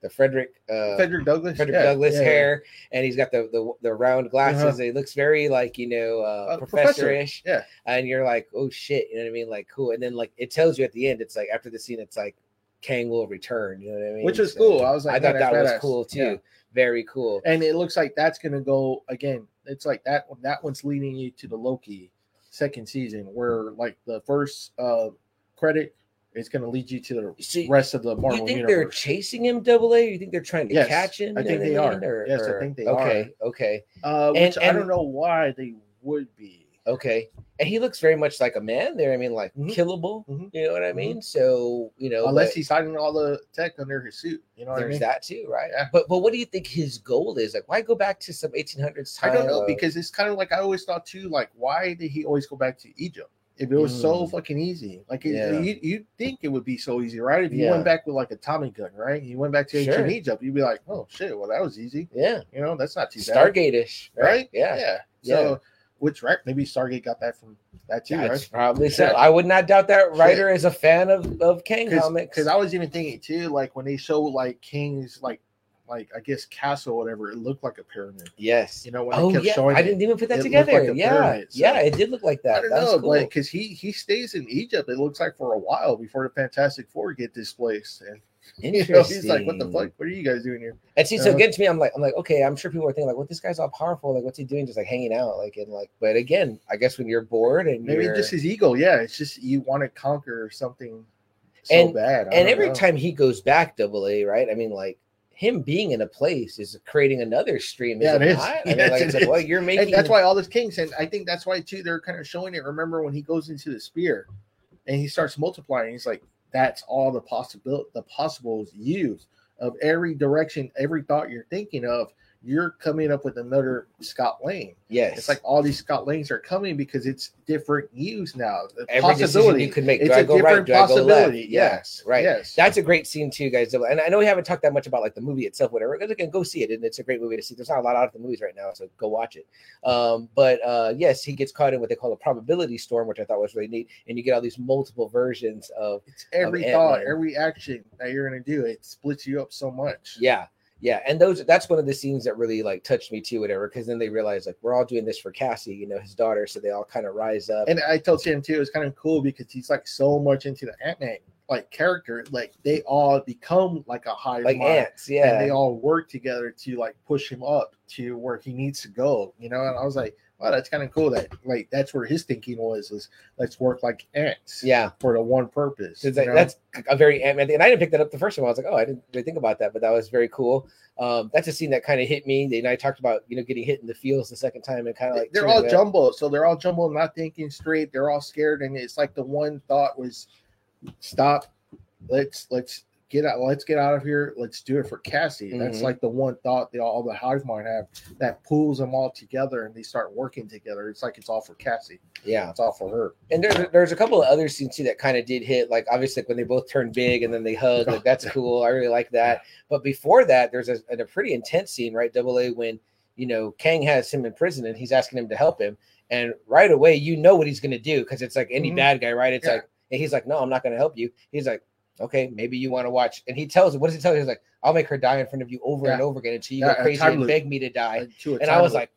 the Frederick uh Frederick,
frederick douglass yeah,
Douglass
yeah, yeah.
hair and he's got the the, the round glasses.
Uh-huh.
He looks very like, you know, uh,
Uh, professor,
professor-ish.
yeah.
And you're like, "Oh shit," you know what I mean? Like, cool. And then like it tells you at the end it's like after the scene it's like Kang will return, you know what I mean?
which was
So
cool i was like
I thought
man,
that
that's
was
badass.
cool too.
Yeah.
Very cool.
and it looks like that's going to go again it's like that that one's leading you to the Loki second season, where like the first uh credit is going to lead you to the
See,
rest of the
you
Marvel
think they're
universe.
chasing him double A? You think they're trying to
Yes,
catch him?
I think
and
they
everything,
are.
or-
Yes, I
or-
think they
okay, Okay,
Uh, which
and-
I don't
and-
know why they would be.
okay, And he looks very much like a man there. I mean, like
Mhm.
killable.
Mhm.
You know what I mean? So you know,
Unless
but
he's hiding all the tech under his suit, you know what I
there's
mean?
that too, right?
Yeah.
But but what do you think his goal is? Like, why go back to some 1800s
I
time?
don't know
of-
because it's kind of like I always thought too. Like, why did he always go back to Egypt? If it was so
Mm.
fucking easy, like it-
Yeah.
you, you'd think it would be so easy, right? If you
Yeah.
went back with like a Tommy gun, right? You went back to ancient
Sure.
Egypt, you'd be like, oh shit, well that was easy.
yeah,
You know, that's not too bad,
Stargate-ish,
right?
Yeah,
yeah.
Yeah.
So, which right? Maybe Stargate got that from that too,
That's
right?
probably so.
Yeah.
I would not doubt that
Shit.
writer is a fan of of Kang comics.
Because I was even thinking too, like when they show like King's like like I guess castle, or whatever, it looked like a pyramid.
yes.
You know, when
Oh
they kept
yeah,
showing
I
it.
didn't even put that
it looked
together.
like a
yeah,
pyramid, so-
yeah, it did look like that.
I don't
That was
know,
cool.
but because he he stays in Egypt, it looks like for a while before the Fantastic Four get displaced, and you know, he's like, "What the
Interesting.
fuck? What are you guys doing here?"
And see, so
Uh-huh.
again to me, I'm like, I'm like, okay, I'm sure people are thinking like, well, this guy's all powerful. Like, what's he doing? Just like hanging out, like, and like. But again, I guess when you're bored and
Maybe
you're,
just his ego. Yeah, it's just you want to conquer something so
And-
bad. I
and
don't
every
know.
time he goes back, double A, right? I mean, like him being in a place is creating another stream.
Yeah,
is it,
it is.
not? I mean,
Yes,
like,
it
it's like, well,
is.
you're making.
and that's why all this kings, and I think that's why too they're kind of showing it. Remember when he goes into the spear, and he starts multiplying? He's like, "That's all the possible the possibles used of every direction, every thought you're thinking of. You're coming up with another Scott Lane."
yes,
It's like all these Scott Lanes are coming because it's different news now. The
every decision you could make. Do
It's
I
a
go right?
different
Do I go left?
possibility.
Yes,
Yes.
right.
Yes.
That's a great scene too, guys. And I know we haven't talked that much about like the movie itself, whatever. Because again, go see it, and it's a great movie to see. There's not a lot out of the movies right now, so go watch it. Um, but uh, yes, he gets caught in what they call a probability storm, which I thought was really neat. And you get all these multiple versions of
It's every
Ant-Man.
thought, every action that you're gonna do, it splits you up so much.
yeah, yeah. And those that's one of the scenes that really like touched me too, whatever. Because then they realize like we're all doing this for Cassie, you know, his daughter. So they all kind of rise up.
And I told Sam too, it's kind of cool because he's like so much into the Ant Man like character. Like they all become like a high
like ants, yeah.
And they all work together to like push him up to where he needs to go. You know, and I was like, wow, that's kind of cool. That like that's where his thinking was is let's work like ants
yeah,
for the one purpose.
So it's
you
like-
know?
that's a very Ant-Man thing. And I didn't pick that up the first time. I was like, oh, I didn't really think about that, but that was very cool. Um, that's a scene that kind of hit me. They and I talked about you know getting hit in the fields the second time and kind of like
they're
tuning
all
it up.
jumbled, so they're all jumbled, not thinking straight. They're all scared, and it's like the one thought was, "Stop, let's let's get out, let's get out of here, let's do it for Cassie." That's
Mhm.
like the one thought they all the hive mind have that pulls them all together, and they start working together. It's like it's all for Cassie,
Yeah,
it's all for her.
and there, there's a couple of other scenes too that kind of did hit. Like obviously like, when they both turn big and then they hug, like that's cool. I really like that. But before that, there's a, a pretty intense scene, right? Double A when you know Kang has him in prison and he's asking him to help him, and right away you know what he's gonna do because it's like any
Mhm.
bad guy, right? It's
Yeah.
like and he's like, no, I'm not gonna help you. He's like. Okay, maybe you want to watch, and he tells him. What does he tell you? He's like, "I'll make her die in front of you over
Yeah.
and over again until you
Yeah,
go
a
crazy
time
and
loop.
beg me to die."
to a
and I was
timeline.
like,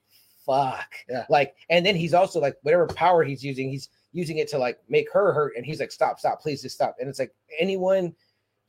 "Fuck!"
Yeah.
Like, and then he's also like, whatever power he's using, he's using it to like make her hurt, and he's like, "Stop, stop, please, just stop." And it's like anyone,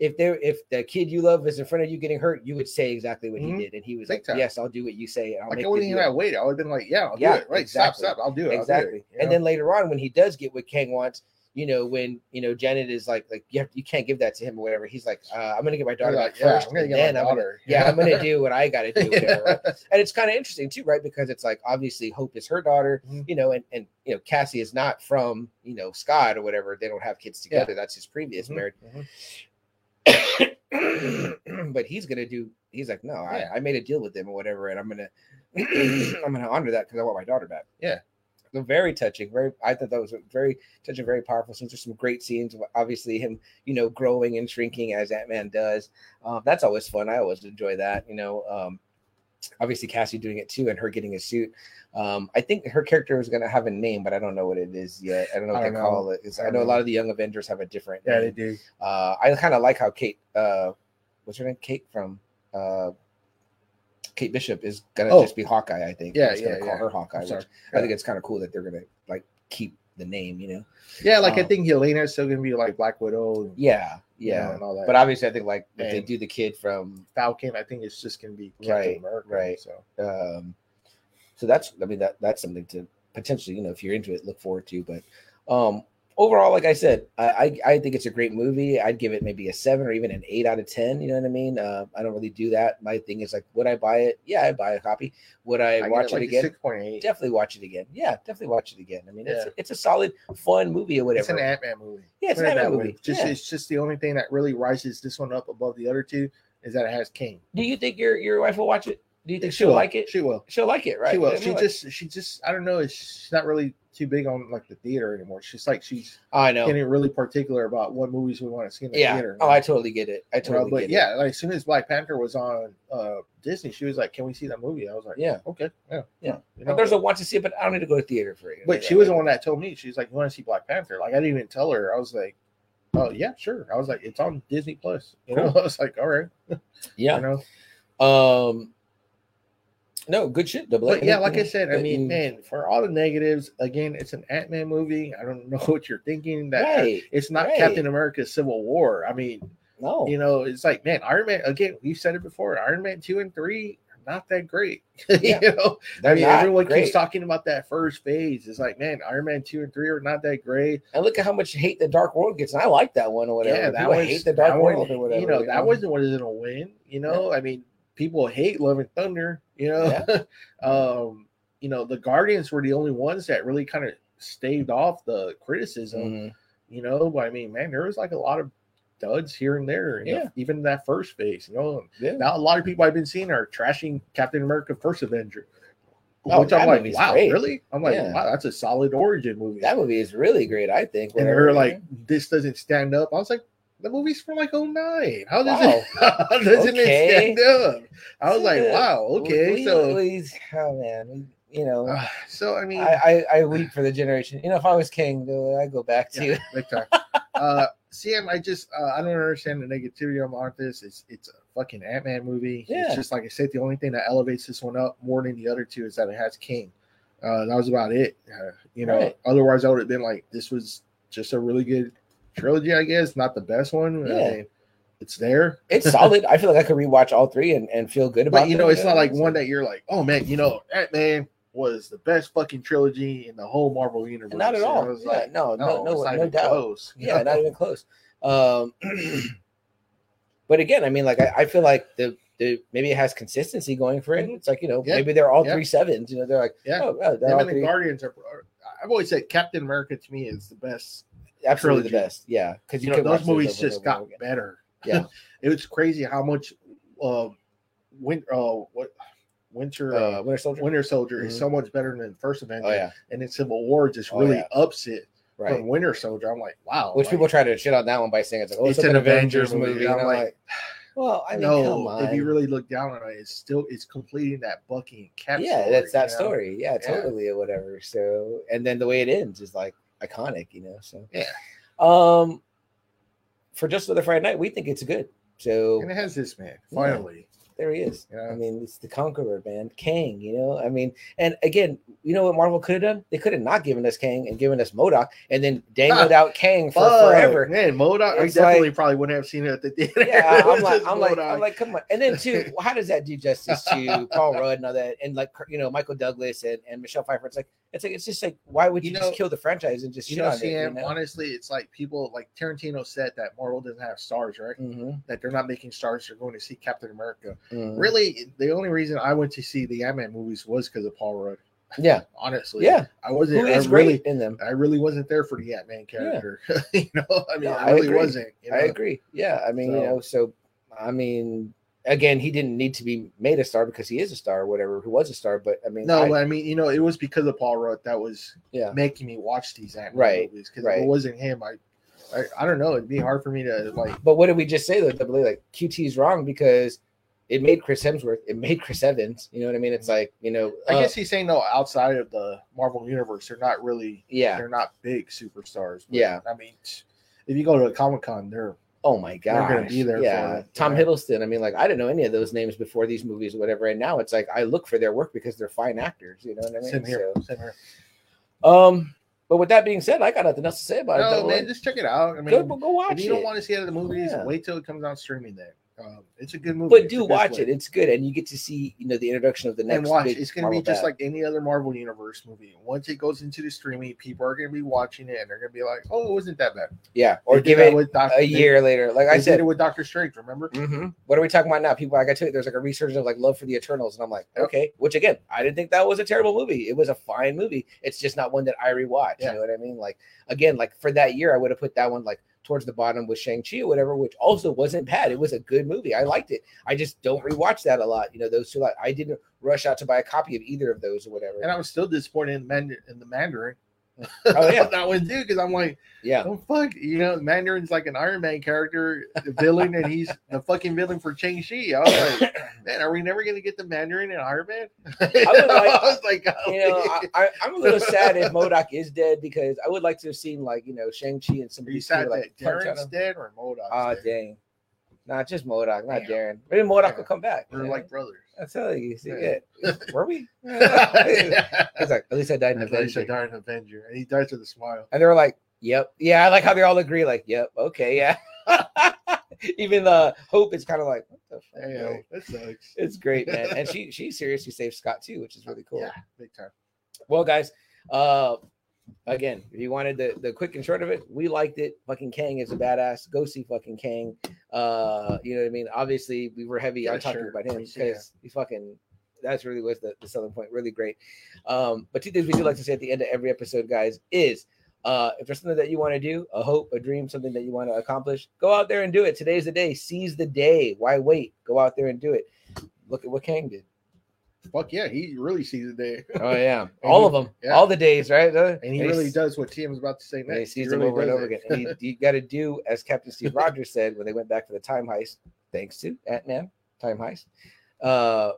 if they if the kid you love is in front of you getting hurt, you would say exactly what
Mhm.
he did, and he was
Big
like,
time.
"Yes, I'll do what you say." And I'll
like oh,
make
I
the
wouldn't even
deal."
have waited. I would have been like, "Yeah, I'll
Yeah,
do it." Right?
exactly.
Stop, stop. I'll do it.
exactly. and then later on, when he does get what Kang wants, you know, when you know Janet is like, like you have, you can't give that to him or whatever. He's like, uh, "I'm gonna get my daughter
like,
back
yeah,
first,
I'm gonna
and
get my
then I'm gonna-
daughter.
yeah, I'm gonna do what I gotta do." whatever, right?
yeah.
and it's kind of interesting too, right? Because it's like obviously Hope is her daughter,
Mhm.
you know, and and you know Cassie is not from you know Scott or whatever. They don't have kids
Yeah.
together. That's his previous
Mhm,
marriage.
mhm.
but he's gonna do. He's like, no,
Yeah.
I, I made a deal with him or whatever, and I'm gonna I'm gonna honor that because I want my daughter back.
Yeah.
So very touching. Very, I thought that was very touching, very powerful. Since there's some great scenes, obviously him, you know, growing and shrinking as Ant Man does. Um, that's always fun. I always enjoy that. You know, um, obviously Cassie doing it too, and her getting a suit. Um, I think her character is going to have a name, but I don't know what it is yet. I don't know what
I
they
don't
call
know.
it. It's-
I
I
don't
know a
know.
lot of the Young Avengers have a different.
Yeah, they
name.
do.
Uh, I kind of like how Kate, uh, what's her name? Kate from uh, Kate Bishop is going to
Oh.
just be Hawkeye. I think.
Yeah,
It's gonna
yeah,
call
yeah.
her Hawkeye.
I'm
Which
sorry.
I think it's kind of cool that they're going to like keep the name. You know?
Yeah, like I
Um,
think Helena's still gonna be like Black Widow. And,
Yeah,
you know,
yeah.
and all that.
But obviously, I think like if they
And-
do the kid from
Falcon, I think it's just gonna be Captain
Right,
America.
right.
So
um So that's I mean that that's something to potentially you know if you're into it look forward to. But um overall, like I said, I I, I think it's a great movie. I'd give it maybe a seven or even an eight out of ten. You know what I mean? Uh, I don't really do that. My thing is like, would I buy it? Yeah, I buy a copy. Would I,
I
watch it, again?
Six point eight.
Definitely watch it again. Yeah, definitely watch it again. I mean,
Yeah.
it's it's a solid, fun movie or whatever.
It's an Ant Man movie.
Yeah, it's
Put
an
it
Ant-Man
that
movie.
way. Just
Yeah.
it's just the only thing that really rises this one up above the other two is that it has King.
Do you think your your wife will watch it? Do you think she'll
will.
like it?
She will.
She'll like it, right?
She
I
will.
mean,
She
like-
just she just I don't know. it's- She's not really too big on like the theater anymore. She's like she's
I know.
getting really particular about what movies we want to see in the
yeah.
theater.
Oh, I totally get it. I
You know,
totally
but
get it.
yeah, like as soon as Black Panther was on uh Disney, she was like, "Can we see that movie?" I was like,
Yeah.
okay, yeah,
Yeah.
You
But
know,
There's a want to see it, but I don't need to go to theater for it.
but she was the one that told me she's like, "You want to see Black Panther?" Like I didn't even tell her. I was like, "Oh yeah, sure." I was like, "It's on Disney Plus." You know, I was like, "All right."
Yeah.
You know,
Um. No, good shit. Double A. Mm-hmm.
but yeah, like I said, I
But
mean,
you-
man, for all the negatives, again, it's an Ant Man movie. I don't know what you're thinking. That
right.
it's not
right. Oh.
Captain America: Civil War. I mean,
No.
you know, it's like, man, Iron Man. Again, we've said it before. Iron Man two and three are not that great.
Yeah.
you know,
They're
I mean,
not
everyone
great.
keeps talking about that first phase. It's like, man, Iron Man two and three are not that great.
And look at how much hate the Dark World gets. And I like that one or whatever.
Yeah, that
People
was
hate the Dark
that one-
World or whatever.
You know, that wasn't what is gonna win. You know, I mean, people hate Love and Thunder. You know, um, you know, the Guardians were the only ones that really kind of staved off the criticism.
Mhm.
You know, but I mean, man, there was like a lot of duds here and there. you know,
Yeah.
even that first phase. You know,
Yeah.
now a lot of people I've been seeing are trashing Captain America: First Avenger.
Oh,
which I'm
that
like,
movie's
wow,
great.
really? I'm like,
Yeah.
wow, that's a solid origin movie.
That movie is really great. I think.
and they
whatever,
were
you
like,
know?
this doesn't stand up. I was like, the movie's from like 09. How does
Wow.
it how doesn't
Okay.
it stand up? I was like,
Yeah.
wow, okay.
We-
so
we- oh man, we- you know.
ah, so I mean
I, I, I weep for the generation. You know, if I was king, uh, I'd go back to
yeah, big time. Uh Sam, I just uh, I don't understand the negativity about this. It's it's a fucking Ant Man movie.
Yeah.
It's just like I said, the only thing that elevates this one up more than the other two is that it has King. Uh, that was about it. Uh, you know,
Right.
otherwise I would have been like, this was just a really good trilogy, I guess. Not the best one. I
Yeah.
mean, it's there.
It's solid. I feel like I could rewatch all three and, and feel good about
But you
them,
know, it's not like
So-
one that you're like, oh man, you know, Ant Man was the best fucking trilogy in the whole Marvel universe.
Not at
And I
all.
was
Yeah,
like,
no, no,
it's
no,
not
no,
even
doubt.
close.
Yeah, not even close. Um, but again, I mean, like I, I feel like the, the maybe it has consistency going for it. It's like you know,
Mm-hmm. Yeah.
maybe they're all
Yeah.
three sevens. You know, they're like,
Yeah.
oh, yeah, they're
Him
all
and the
three,
Guardians are. are- I've always said Captain America to me is the best.
absolutely the
trilogy.
best. Yeah, because
You,
you,
know,
can watch
those
those
movies
over and over
just
and
got
over again.
better.
Yeah.
it was crazy how much. Um, win, uh, what winter
uh,
uh,
Winter Soldier.
Winter Soldier is
Mhm.
so much better than First Avenger,
oh yeah,
and then Civil War just
Oh,
really
yeah.
ups it
right.
from Winter Soldier. I'm like, wow,
Which
like,
people try to shit on that one by saying it's like, oh, it's,
It's
an
an
Avengers,
Avengers movie.
movie.
I'm
And I'm
like,
like, well, I mean, come
no,
on.
if you really look down on it, it's still it's completing that Bucky and Cap.
yeah,
story,
that's that
you know?
story. Yeah,
Yeah.
totally or whatever. So, and then the way it ends is like iconic, you know. So
Yeah.
um, for just another Friday night, we think it's good. So
And it has this man
Yeah.
finally.
there he is.
Yeah.
I mean, it's the Conqueror, man, Kang. You know, I mean, and again, you know what Marvel could have done? They could have not given us Kang and given us Modoc, and then dangled out Kang for
Fuck,
forever.
man. Modoc, I
It's
definitely
like-
probably wouldn't have seen it at the theater.
Yeah,
It
I'm
was
like,
just
I'm like,
Modoc.
I'm like, come on. And then too, how does that do justice to Paul Rudd and all that, and like you know Michael Douglas and, and Michelle Pfeiffer? It's like it's like it's just like why would you,
You
just
know-
kill the franchise and just
you
shit
know,
on it?
Sam,
You know?
honestly, it's like people like Tarantino said that Marvel doesn't have stars, right?
Mhm,
That they're not making stars, they're going to see Captain America.
mhm.
Really, the only reason I went to see the Ant Man movies was because of Paul Rudd.
Yeah,
Honestly,
yeah.
I
Who
wasn't, I
is
uh, really,
great in them?
I really wasn't there for the Ant Man character. you know, I
No,
mean,
I
I really
agree.
wasn't. You know?
I agree. Yeah, I mean, you
So-
know, so I mean, again, he didn't need to be made a star because he is a star, or whatever. Who was a star, but I mean,
No,
I-
but I mean, you know, it was because of Paul Rudd that was
Yeah.
making me watch these Ant Man
Right,
movies. Because if
right.
it wasn't him, I, I, I don't know. It'd be hard for me to like.
But what did we just say though? Double A, like QT's wrong because it made Chris Hemsworth, it made Chris Evans. You know what I mean? It's like you know,
Mm-hmm. I
uh,
guess he's saying no. Outside of the Marvel universe, they're not really,
yeah.
they're not big superstars.
Yeah.
I mean, t- if you go to a Comic Con, they're
Oh my
They're
god,
gonna be there for
Yeah,
it,
Tom
yeah.
Hiddleston. I mean, like I didn't know any of those names before these movies or whatever, and now it's like I look for their work because they're fine actors. You know what I mean?
sitting here, sitting here.
So, um, but with that being said, I got nothing else to say about it.
No,
Double A.
man, just check it out. I mean,
go, go watch
if you don't
it.
want to see it at the movies,
Yeah.
wait till it comes out streaming. Then Um, it's a good movie.
But
It's a
do
good
watch
flick.
it. It's good, and you get to see you know the introduction of the next.
and watch.
big
It's going to be
Marvel
just
bat.
like any other Marvel Universe movie. Once it goes into the streaming, people are going to be watching it and they're going to be like, "Oh, it wasn't that bad."
yeah,
They
or
did
give
that
it
with Doc-
a
they-
year later. Like
They
I
did
said,
it with Doctor Strange. Remember?
Mhm. What are we talking about now? People, like I tell you, there's like a resurgence of like love for the Eternals, and I'm like,
Yep.
okay. Which again, I didn't think that was a terrible movie. It was a fine movie. It's just not one that I rewatch.
Yeah.
You know what I mean? Like again, like for that year, I would have put that one like towards the bottom with Shang Chi or whatever, which also wasn't bad. It was a good movie. I liked it. I just don't rewatch that a lot. You know, those two. Like, I didn't rush out to buy a copy of either of those or whatever.
And I was still disappointed in, Mand- in the Mandarin.
Oh, yeah.
that one too, because I'm like,
yeah,
oh fuck, you know, Mandarin's like an Iron Man character, the villain, and he's the fucking villain for Chang Chi. I was like, man, are we never going to get the Mandarin and Iron Man? I, was like,
you know, I, I, I'm a little sad if Modoc is dead because I would like to have seen like you know Shang Chi and some of
Are you
these people,
sad
like
that
punch out
Terrence
him.
dead or Modok?
Ah, dang. Nah, just Modoc, not Darren.
Damn.
Maybe Modoc
Yeah.
will come back.
We're
man.
like brothers.
I'm telling you. See,
Yeah.
yeah. Were we? He's
yeah.
like, at least I died in
And then he
Avenger.
died an Avenger, and he dies with a smile.
And they were like, yep. Yeah, I like how they all agree, like, yep, okay, yeah. Even the hope is kind of like, what the fuck?
Damn,
man?
oh, that sucks.
It's great, man. And she she seriously saved Scott too, which is really cool.
Yeah, big time.
Well, guys, uh again, if you wanted the, the quick and short of it, we liked it. Fucking Kang is a badass. Go see fucking Kang. Uh, you know what I mean? Obviously, we were heavy on
Yeah,
talking
sure.
about him because
Yeah.
he fucking that's really was the, the selling point. Really great. Um, but two things we do like to say at the end of every episode, guys, is uh, if there's something that you want to do, a hope, a dream, something that you want to accomplish, go out there and do it. Today's the day. Seize the day. Why wait? Go out there and do it. Look at what Kang did.
Fuck yeah, he really sees the day,
Oh yeah, all of them,
yeah.
all the days, right? Uh,
and he
and
really
he's-
does what Tim was about to say
and he
next.
sees
he
them
really
over and
does
over
it.
again. And you, you got to do, as Captain Steve Rogers said when they went back for the time heist, thanks to Ant Man, time heist, uh,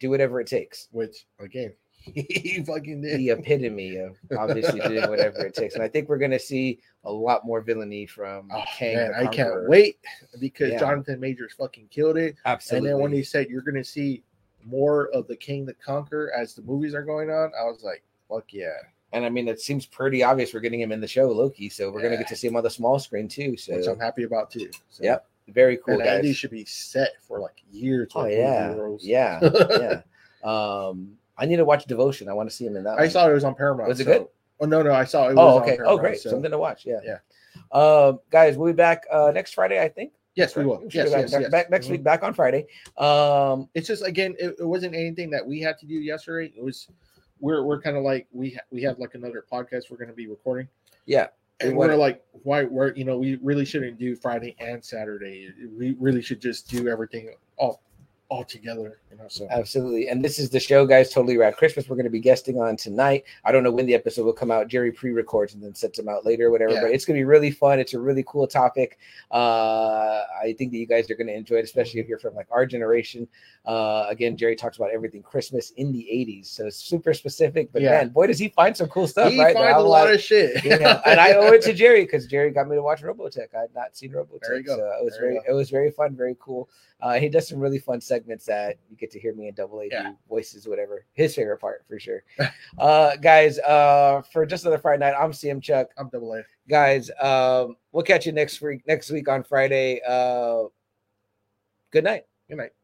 do whatever it takes.
Which again, he fucking did.
The epitome of obviously doing whatever it takes. And I think we're going to see a lot more villainy from
Oh,
Kang.
man,
the
I can't
Conqueror.
wait because
Yeah.
Jonathan Majors fucking killed it.
Absolutely.
And then when he said you're gonna see more of the King the Conqueror as the movies are going on, I was like, fuck yeah.
and I mean, it seems pretty obvious we're getting him in the show, Loki. So we're going to
Yeah.
get to see him on the small screen too.
Which
So
I'm happy about too. So,
Yep, very cool,
and Andy
guys.
should be set for like years.
Oh,
with movie
yeah.
roles.
Yeah. yeah. Um, I need to watch Devotion. I want to see him in that.
I
one.
saw it was on Paramount.
Was it
so-
good?
Oh no, no, I saw it. it
Oh,
was on
okay. Oh,
Paramount,
great.
so-
Something to watch. Yeah.
Yeah.
Um, guys, we'll be back uh, next Friday, I think.
yes, we will.
Right?
Yes,
back,
yes,
back-
yes.
back next
Mhm.
week, back on Friday. Um,
It's just again, it, it wasn't anything that we had to do yesterday. It was we're we're kind of like we ha- we have like another podcast we're going to be recording.
Yeah,
and
we
we're
wanna-
like, why we're you know we really shouldn't do Friday and Saturday. We really should just do everything all all together. You know, so
absolutely. And this is the show, guys. Totally rad Christmas. We're going to be guesting on tonight. I don't know when the episode will come out. Jerry pre-records and then sets them out later, or whatever.
Yeah.
But it's going to be really fun. It's a really cool topic. Uh, I think that you guys are going to enjoy it, especially if you're from like our generation. Uh, again, Jerry talks about everything Christmas in the '80s, so it's super specific. But
Yeah.
man, boy, does he find some cool stuff!
he
right?
finds a
I'm
lot
like-
of shit.
you know, and I owe it to Jerry because Jerry got me to watch Robotech. I had not seen Robotech,
There you go.
so it was
There you
very, it was very fun, very cool. Uh, he does some really fun segments that you get to hear me in double A
Yeah.
do voices, whatever. His favorite part for sure. uh, guys, uh, for just another Friday night, I'm CM Chuck.
I'm double A.
Guys, um, we'll catch you next week. Next week on Friday. Uh, good night.
Good night.